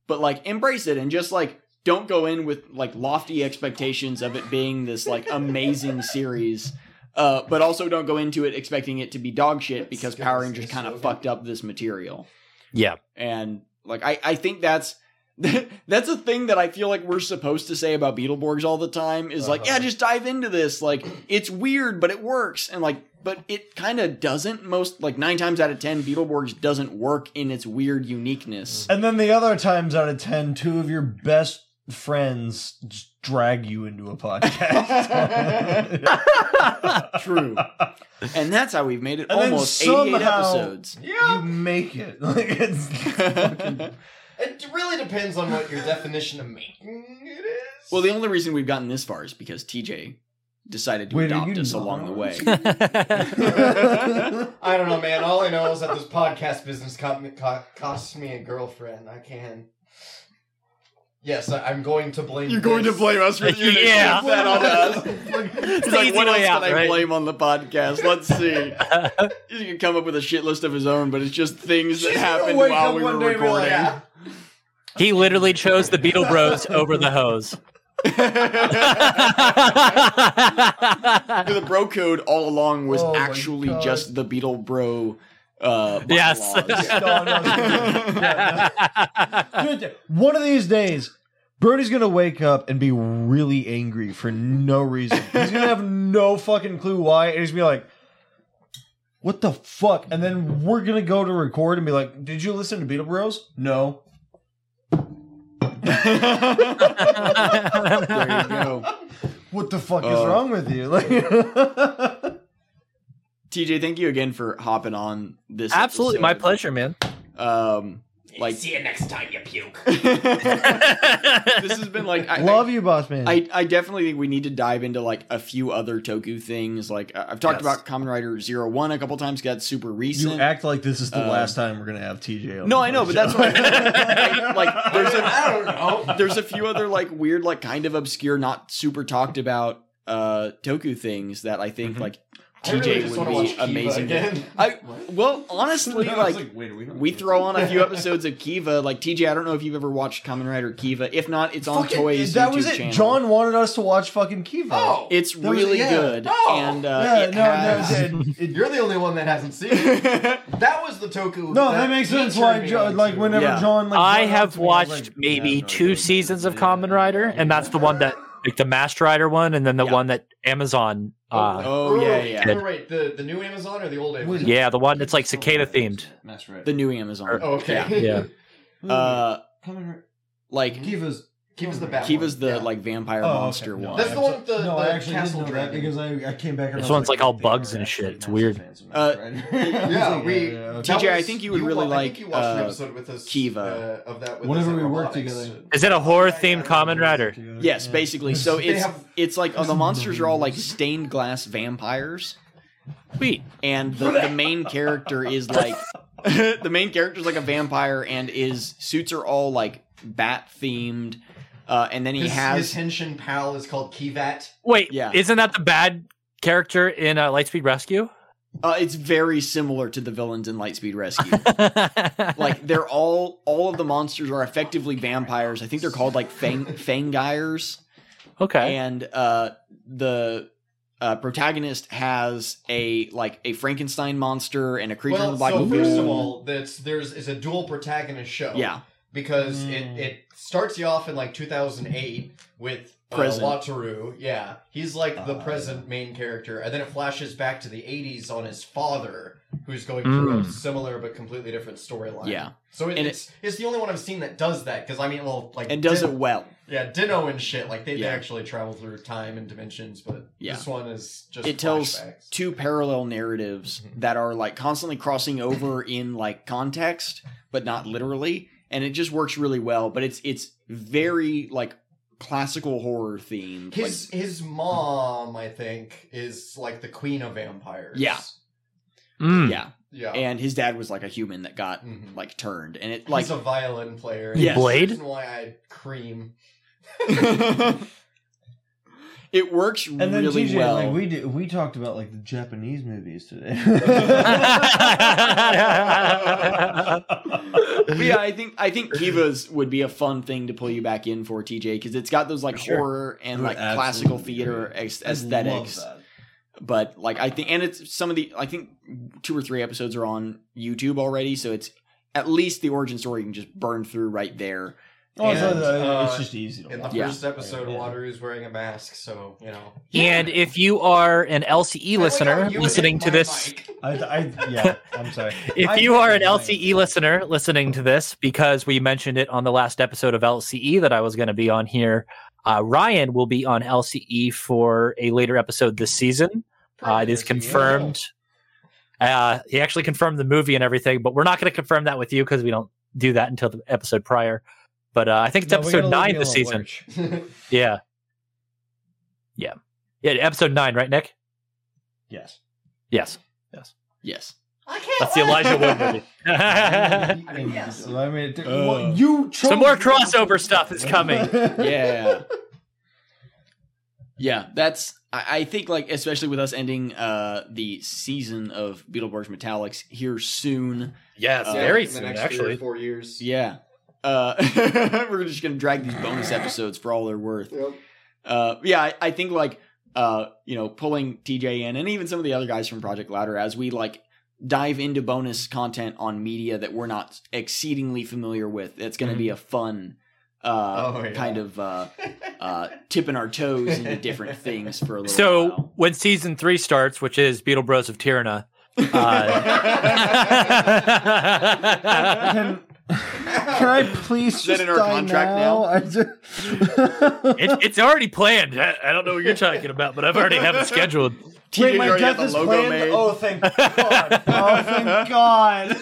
[SPEAKER 3] but like embrace it and just like don't go in with like lofty expectations of it being this like amazing series. Uh, but also don't go into it expecting it to be dog shit because Power Rangers kind of fucked up this material.
[SPEAKER 7] Yeah.
[SPEAKER 3] And like I, I think that's that's a thing that I feel like we're supposed to say about Beetleborgs all the time is like, yeah, just dive into this. Like it's weird, but it works. And like but it kind of doesn't most like 9 times out of 10 Beetleborgs doesn't work in its weird uniqueness.
[SPEAKER 8] And then the other times out of ten, two of your best friends just drag you into a podcast.
[SPEAKER 3] True. and that's how we've made it
[SPEAKER 8] And then
[SPEAKER 3] almost 88
[SPEAKER 8] somehow-
[SPEAKER 3] episodes.
[SPEAKER 8] you make it. Like it's
[SPEAKER 4] It really depends on what your definition of making it is.
[SPEAKER 3] Well, the only reason we've gotten this far is because TJ decided to
[SPEAKER 8] Wait, are
[SPEAKER 3] adopt
[SPEAKER 8] you
[SPEAKER 3] us
[SPEAKER 8] not-
[SPEAKER 3] along the way.
[SPEAKER 4] I don't know, man. All I know is that this podcast business caught me, co- cost me a girlfriend. I can. Yes, I, I'm going to blame.
[SPEAKER 3] You're going to
[SPEAKER 4] this.
[SPEAKER 3] blame us for you.
[SPEAKER 7] Yeah.
[SPEAKER 3] That on us. He's
[SPEAKER 7] It's the
[SPEAKER 3] like,
[SPEAKER 7] easy
[SPEAKER 3] what else
[SPEAKER 7] way out,
[SPEAKER 3] can I
[SPEAKER 7] right?
[SPEAKER 3] blame on the podcast? Let's see. He's gonna come up with a shit list of his own, but it's just things that
[SPEAKER 4] She's gonna
[SPEAKER 3] happened
[SPEAKER 4] wake
[SPEAKER 3] while
[SPEAKER 4] up
[SPEAKER 3] we
[SPEAKER 4] one
[SPEAKER 3] were
[SPEAKER 4] day and be like,
[SPEAKER 3] recording.
[SPEAKER 4] "Yeah."
[SPEAKER 7] He literally chose the Beetle Bros over the hose.
[SPEAKER 3] the bro code all along was
[SPEAKER 4] Oh my
[SPEAKER 3] actually
[SPEAKER 4] God.
[SPEAKER 3] just the Beetle Bro. Uh,
[SPEAKER 7] Yes.
[SPEAKER 3] bylaws.
[SPEAKER 8] No, no, no, no, no. One of these days, Brody's gonna wake up and be really angry for no reason. He's gonna have no fucking clue why, and he's gonna be like, "What the fuck?" And then we're gonna go to record and be like, "Did you listen to Beetle Bros?" No.
[SPEAKER 3] there you go.
[SPEAKER 8] What the fuck is
[SPEAKER 3] Uh.
[SPEAKER 8] wrong with you? Like,
[SPEAKER 3] TJ, thank you again for hopping on this.
[SPEAKER 7] Absolutely, my
[SPEAKER 3] episode.
[SPEAKER 7] pleasure, man.
[SPEAKER 3] Um, like,
[SPEAKER 1] See you next time, you puke.
[SPEAKER 3] this has been like I,
[SPEAKER 8] love
[SPEAKER 3] I,
[SPEAKER 8] you, boss man.
[SPEAKER 3] I, I definitely think we need to dive into like a few other Toku things. Like I- I've talked about Common Rider Zero One a couple times. 'cause That's super
[SPEAKER 8] you
[SPEAKER 3] recent.
[SPEAKER 8] act like this is the
[SPEAKER 3] Uh,
[SPEAKER 8] last time we're gonna have TJ. On
[SPEAKER 3] no,
[SPEAKER 8] the
[SPEAKER 3] I know, but that's
[SPEAKER 8] show.
[SPEAKER 3] what I mean. like, like there's a
[SPEAKER 4] I don't know.
[SPEAKER 3] there's a few other like weird, like kind of obscure, not super talked about uh Toku things that I think like
[SPEAKER 4] I really
[SPEAKER 3] TJ
[SPEAKER 4] just
[SPEAKER 3] would
[SPEAKER 4] wanna
[SPEAKER 3] be
[SPEAKER 4] watch Kiva
[SPEAKER 3] amazing.
[SPEAKER 4] again.
[SPEAKER 3] I well honestly like, we throw on a few episodes of Kiva. Like TJ, I don't know if you've ever watched Kamen Rider Kiva. If not, it's on
[SPEAKER 8] Fucking-
[SPEAKER 3] Toys.
[SPEAKER 8] That
[SPEAKER 3] YouTube
[SPEAKER 8] was it.
[SPEAKER 3] channel.
[SPEAKER 8] John wanted us to watch fucking Kiva.
[SPEAKER 4] Oh,
[SPEAKER 3] It's
[SPEAKER 4] that was-
[SPEAKER 3] really
[SPEAKER 4] yeah.
[SPEAKER 3] good,
[SPEAKER 4] Oh.
[SPEAKER 3] and uh,
[SPEAKER 8] yeah,
[SPEAKER 3] it
[SPEAKER 8] no,
[SPEAKER 3] has-
[SPEAKER 8] no, it- it-
[SPEAKER 4] You're the only one that hasn't seen it. That was the Toku.
[SPEAKER 8] no, that makes
[SPEAKER 4] he
[SPEAKER 8] sense.
[SPEAKER 4] turned
[SPEAKER 8] Why,
[SPEAKER 4] me
[SPEAKER 8] Jo-
[SPEAKER 4] on
[SPEAKER 8] like
[SPEAKER 4] to.
[SPEAKER 8] whenever
[SPEAKER 3] Yeah.
[SPEAKER 8] John, like
[SPEAKER 7] I
[SPEAKER 8] brought it up
[SPEAKER 7] have
[SPEAKER 8] to me, I was
[SPEAKER 7] watched
[SPEAKER 8] like,
[SPEAKER 7] maybe
[SPEAKER 5] yeah, no,
[SPEAKER 7] two
[SPEAKER 5] no,
[SPEAKER 7] seasons of
[SPEAKER 5] yeah.
[SPEAKER 7] Common Rider, and that's the one that, like, the Masked Rider one, and then the
[SPEAKER 3] Yeah.
[SPEAKER 7] one that Amazon. Uh,
[SPEAKER 3] oh yeah,
[SPEAKER 4] wait,
[SPEAKER 3] yeah.
[SPEAKER 4] wait, wait, the the new Amazon or the old Amazon?
[SPEAKER 7] yeah, the one that's like cicada themed.
[SPEAKER 5] That's right.
[SPEAKER 3] The new Amazon.
[SPEAKER 4] Oh, okay.
[SPEAKER 7] Yeah.
[SPEAKER 3] Uh,
[SPEAKER 5] Kamen Rider-
[SPEAKER 3] like
[SPEAKER 8] Kiva's
[SPEAKER 4] Kiva's the bad
[SPEAKER 3] Kiva's the
[SPEAKER 4] one. Yeah.
[SPEAKER 3] like vampire
[SPEAKER 8] Oh, okay.
[SPEAKER 3] monster
[SPEAKER 5] No,
[SPEAKER 3] one.
[SPEAKER 4] That's the one with the,
[SPEAKER 8] no,
[SPEAKER 4] the
[SPEAKER 8] I actually
[SPEAKER 4] castle
[SPEAKER 8] didn't know that
[SPEAKER 4] dragon.
[SPEAKER 8] because I, I came back. And
[SPEAKER 7] This
[SPEAKER 8] I was
[SPEAKER 7] one's like all
[SPEAKER 8] they
[SPEAKER 7] bugs
[SPEAKER 8] are
[SPEAKER 7] and
[SPEAKER 8] actually
[SPEAKER 7] shit. It's
[SPEAKER 8] massive
[SPEAKER 7] weird.
[SPEAKER 8] fans of
[SPEAKER 3] Uh,
[SPEAKER 8] Mass Effect.
[SPEAKER 4] yeah, we.
[SPEAKER 8] yeah,
[SPEAKER 4] that
[SPEAKER 8] okay.
[SPEAKER 3] TJ, I
[SPEAKER 4] was-
[SPEAKER 3] think you would really
[SPEAKER 4] wa- I think
[SPEAKER 3] like,
[SPEAKER 4] you watched an
[SPEAKER 3] uh,
[SPEAKER 4] episode with us,
[SPEAKER 3] Kiva.
[SPEAKER 4] uh, of that. With us
[SPEAKER 8] Whenever
[SPEAKER 4] at
[SPEAKER 8] we worked
[SPEAKER 4] Robotics.
[SPEAKER 8] together.
[SPEAKER 7] Is it a horror themed Common Rider?
[SPEAKER 3] Yes, basically. So
[SPEAKER 4] They
[SPEAKER 3] it's
[SPEAKER 4] have-
[SPEAKER 3] it's like oh, the monsters are all like stained glass vampires,
[SPEAKER 7] Sweet.
[SPEAKER 3] and the, the main character is like the main character is like a vampire, and his suits are all like bat themed, uh, and then he
[SPEAKER 4] His,
[SPEAKER 3] has
[SPEAKER 4] his henshin pal is called Kivat.
[SPEAKER 7] Wait,
[SPEAKER 3] Yeah.
[SPEAKER 7] isn't that the bad character in uh, Lightspeed Rescue?
[SPEAKER 3] uh, it's very similar to the villains in Lightspeed Rescue. like they're all all of the monsters are effectively vampires. I think they're called like fang fangires.
[SPEAKER 7] okay.
[SPEAKER 3] and uh, the uh, protagonist has a like a Frankenstein monster and a creature in
[SPEAKER 4] Well,
[SPEAKER 3] the black.
[SPEAKER 4] so
[SPEAKER 3] Lagoon.
[SPEAKER 4] first of all, that's there's is a dual protagonist show.
[SPEAKER 3] Mm. yeah,
[SPEAKER 4] because
[SPEAKER 8] Mm.
[SPEAKER 4] it, it starts you off in like 2008 with uh,
[SPEAKER 3] Present.
[SPEAKER 4] Wataru. Yeah, he's like
[SPEAKER 8] Uh.
[SPEAKER 4] the present main character, and then it flashes back to the 80s on his father, who's going through a
[SPEAKER 7] Mm.
[SPEAKER 4] similar but completely different storyline.
[SPEAKER 3] Yeah.
[SPEAKER 4] so it,
[SPEAKER 3] And
[SPEAKER 4] it's it's the only one I've seen that does that because I mean, well, like
[SPEAKER 3] and does it
[SPEAKER 4] Din-
[SPEAKER 3] well.
[SPEAKER 4] yeah, Dino and shit. Like they,
[SPEAKER 3] Yeah.
[SPEAKER 4] they actually travel through time and dimensions, but
[SPEAKER 3] Yeah.
[SPEAKER 4] this one is just
[SPEAKER 3] It tells
[SPEAKER 4] flashbacks.
[SPEAKER 3] two parallel narratives
[SPEAKER 8] Mm-hmm.
[SPEAKER 3] that are like constantly crossing over in like context, but not literally, and it just works really well. But it's it's very like classical horror themed. like,
[SPEAKER 4] His his mom, I think, is like the queen of vampires.
[SPEAKER 3] Yeah.
[SPEAKER 7] Mm.
[SPEAKER 3] yeah,
[SPEAKER 4] yeah.
[SPEAKER 3] and his dad was like a human that got
[SPEAKER 4] Mhm.
[SPEAKER 3] like turned, and it like
[SPEAKER 4] he's a violin player.
[SPEAKER 3] Yes.
[SPEAKER 4] That's the
[SPEAKER 7] Blade?
[SPEAKER 4] reason why I cream.
[SPEAKER 3] it works
[SPEAKER 8] And then
[SPEAKER 3] really
[SPEAKER 8] TJ,
[SPEAKER 3] well.
[SPEAKER 8] like we did, we talked about like the Japanese movies today.
[SPEAKER 3] But yeah, I think I think Kiva's would be a fun thing to pull you back in for TJ because it's got those like horror and
[SPEAKER 8] It would
[SPEAKER 3] like classical
[SPEAKER 8] absolutely be
[SPEAKER 3] theater
[SPEAKER 8] great.
[SPEAKER 3] ex-
[SPEAKER 8] I love
[SPEAKER 3] aesthetics.
[SPEAKER 8] that.
[SPEAKER 3] But like I think, and it's some of the I think two or three episodes are on YouTube already, so it's at least the origin story you can just burn through right there.
[SPEAKER 8] Also,
[SPEAKER 4] And,
[SPEAKER 8] uh,
[SPEAKER 4] uh,
[SPEAKER 8] it's just easy. To
[SPEAKER 4] In the
[SPEAKER 8] watch.
[SPEAKER 3] Yeah.
[SPEAKER 4] first episode,
[SPEAKER 8] Yeah.
[SPEAKER 4] Wataru's wearing a mask, so you know.
[SPEAKER 7] And if you are an LCE listener
[SPEAKER 4] You
[SPEAKER 7] listening
[SPEAKER 4] hit
[SPEAKER 7] to
[SPEAKER 4] my
[SPEAKER 7] this,
[SPEAKER 4] mic.
[SPEAKER 8] I, I, yeah, I'm sorry. I-
[SPEAKER 7] if you are an
[SPEAKER 8] I-
[SPEAKER 7] LCE listener listening to this, because we mentioned it on the last episode of LCE that I was going to be on here, uh, Ryan will be on LCE for a later episode this season. Uh, it is confirmed. Uh, he actually confirmed the movie and everything, but we're not going to confirm that with you because we don't do that until the episode prior. But uh, I think it's
[SPEAKER 8] No, we gotta
[SPEAKER 7] episode
[SPEAKER 8] leave
[SPEAKER 7] nine
[SPEAKER 8] me
[SPEAKER 7] this
[SPEAKER 8] alone,
[SPEAKER 7] season.
[SPEAKER 8] Lurch.
[SPEAKER 7] Yeah. Yeah. Yeah. Episode nine, right, Nick?
[SPEAKER 8] Yes.
[SPEAKER 7] Yes.
[SPEAKER 3] Yes,
[SPEAKER 4] I can't.
[SPEAKER 7] That's the Elijah Wood movie.
[SPEAKER 4] Yes.
[SPEAKER 8] So I mean, it took-
[SPEAKER 3] Uh.
[SPEAKER 8] uh, well, you chose
[SPEAKER 7] Some more crossover stuff is coming.
[SPEAKER 3] yeah yeah that's I, I think like especially with us ending uh the season of beetleborgs metallics here soon
[SPEAKER 7] Yes,
[SPEAKER 3] Uh,
[SPEAKER 7] very
[SPEAKER 4] in the
[SPEAKER 7] soon,
[SPEAKER 4] next
[SPEAKER 7] actually.
[SPEAKER 4] three or four years.
[SPEAKER 3] yeah uh we're just gonna drag these bonus episodes for all they're worth
[SPEAKER 4] Yep.
[SPEAKER 3] uh yeah I, I think like uh you know pulling tj in and even some of the other guys from project louder as we like dive into bonus content on media that we're not exceedingly familiar with it's gonna be a fun uh
[SPEAKER 4] Mm-hmm. Oh, yeah.
[SPEAKER 3] kind of uh uh tipping our toes into different things for a little
[SPEAKER 7] So
[SPEAKER 3] while.
[SPEAKER 7] when season three starts, which is Beetle Bros of Tirana, uh,
[SPEAKER 8] Can, can I please
[SPEAKER 3] Is that
[SPEAKER 8] just
[SPEAKER 3] in our
[SPEAKER 8] die
[SPEAKER 3] contract
[SPEAKER 8] now?
[SPEAKER 3] now?
[SPEAKER 8] I just...
[SPEAKER 7] it, it's already planned. I, I don't know what you're talking about, but I've already have it scheduled.
[SPEAKER 8] Wait,
[SPEAKER 3] TJ
[SPEAKER 8] my
[SPEAKER 3] already got
[SPEAKER 8] death
[SPEAKER 3] the
[SPEAKER 8] is
[SPEAKER 3] logo
[SPEAKER 8] planned.
[SPEAKER 3] made.
[SPEAKER 8] Oh, thank God! Oh, thank God!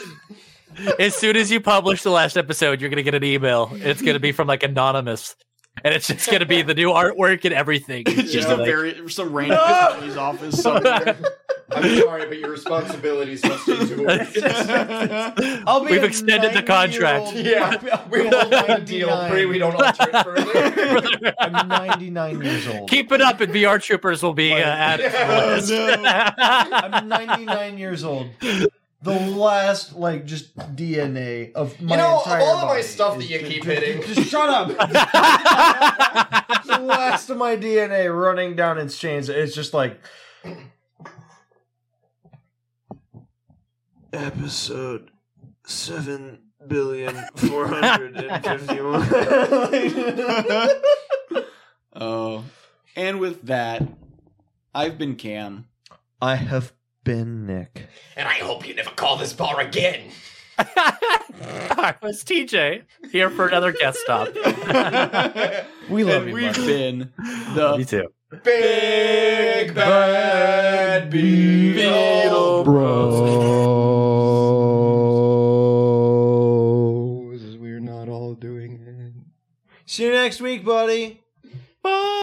[SPEAKER 7] As soon as you publish the last episode, you're gonna get an email. It's gonna be from like anonymous, and it's just gonna be the new artwork and everything.
[SPEAKER 3] it's just
[SPEAKER 7] You
[SPEAKER 3] a
[SPEAKER 7] know, like,
[SPEAKER 3] very some random guy in his office somewhere.
[SPEAKER 4] I'm sorry, but your responsibilities must be
[SPEAKER 8] I'll be
[SPEAKER 7] We've
[SPEAKER 8] a
[SPEAKER 7] extended the contract.
[SPEAKER 8] 90-year-old
[SPEAKER 4] Yeah, we will sign a deal.
[SPEAKER 8] 99.
[SPEAKER 4] Pray we don't alter it further.
[SPEAKER 8] I'm 99 years old.
[SPEAKER 7] Keep it up, and VR troopers will be uh, added.
[SPEAKER 8] I'm 99 years old. The last, like, just DNA of my
[SPEAKER 4] You know, of
[SPEAKER 8] entire
[SPEAKER 4] all of my
[SPEAKER 8] body
[SPEAKER 4] stuff
[SPEAKER 8] is
[SPEAKER 4] that you
[SPEAKER 8] ju-
[SPEAKER 4] keep
[SPEAKER 8] ju-
[SPEAKER 4] hitting.
[SPEAKER 8] Just shut up. the last of my DNA running down its chains. It's just like
[SPEAKER 5] Episode seven billion four hundred and fifty-one.
[SPEAKER 3] oh. And with that, I've been Cam.
[SPEAKER 8] I have been Nick.
[SPEAKER 4] and I hope you never call this bar again.
[SPEAKER 7] I was TJ here for another guest stop.
[SPEAKER 8] We love
[SPEAKER 3] and
[SPEAKER 8] you.
[SPEAKER 3] we've
[SPEAKER 8] bud.
[SPEAKER 3] been the
[SPEAKER 7] Me too.
[SPEAKER 4] Big bad beetle. We're not all doing it.
[SPEAKER 8] See you next week, buddy.
[SPEAKER 7] Bye.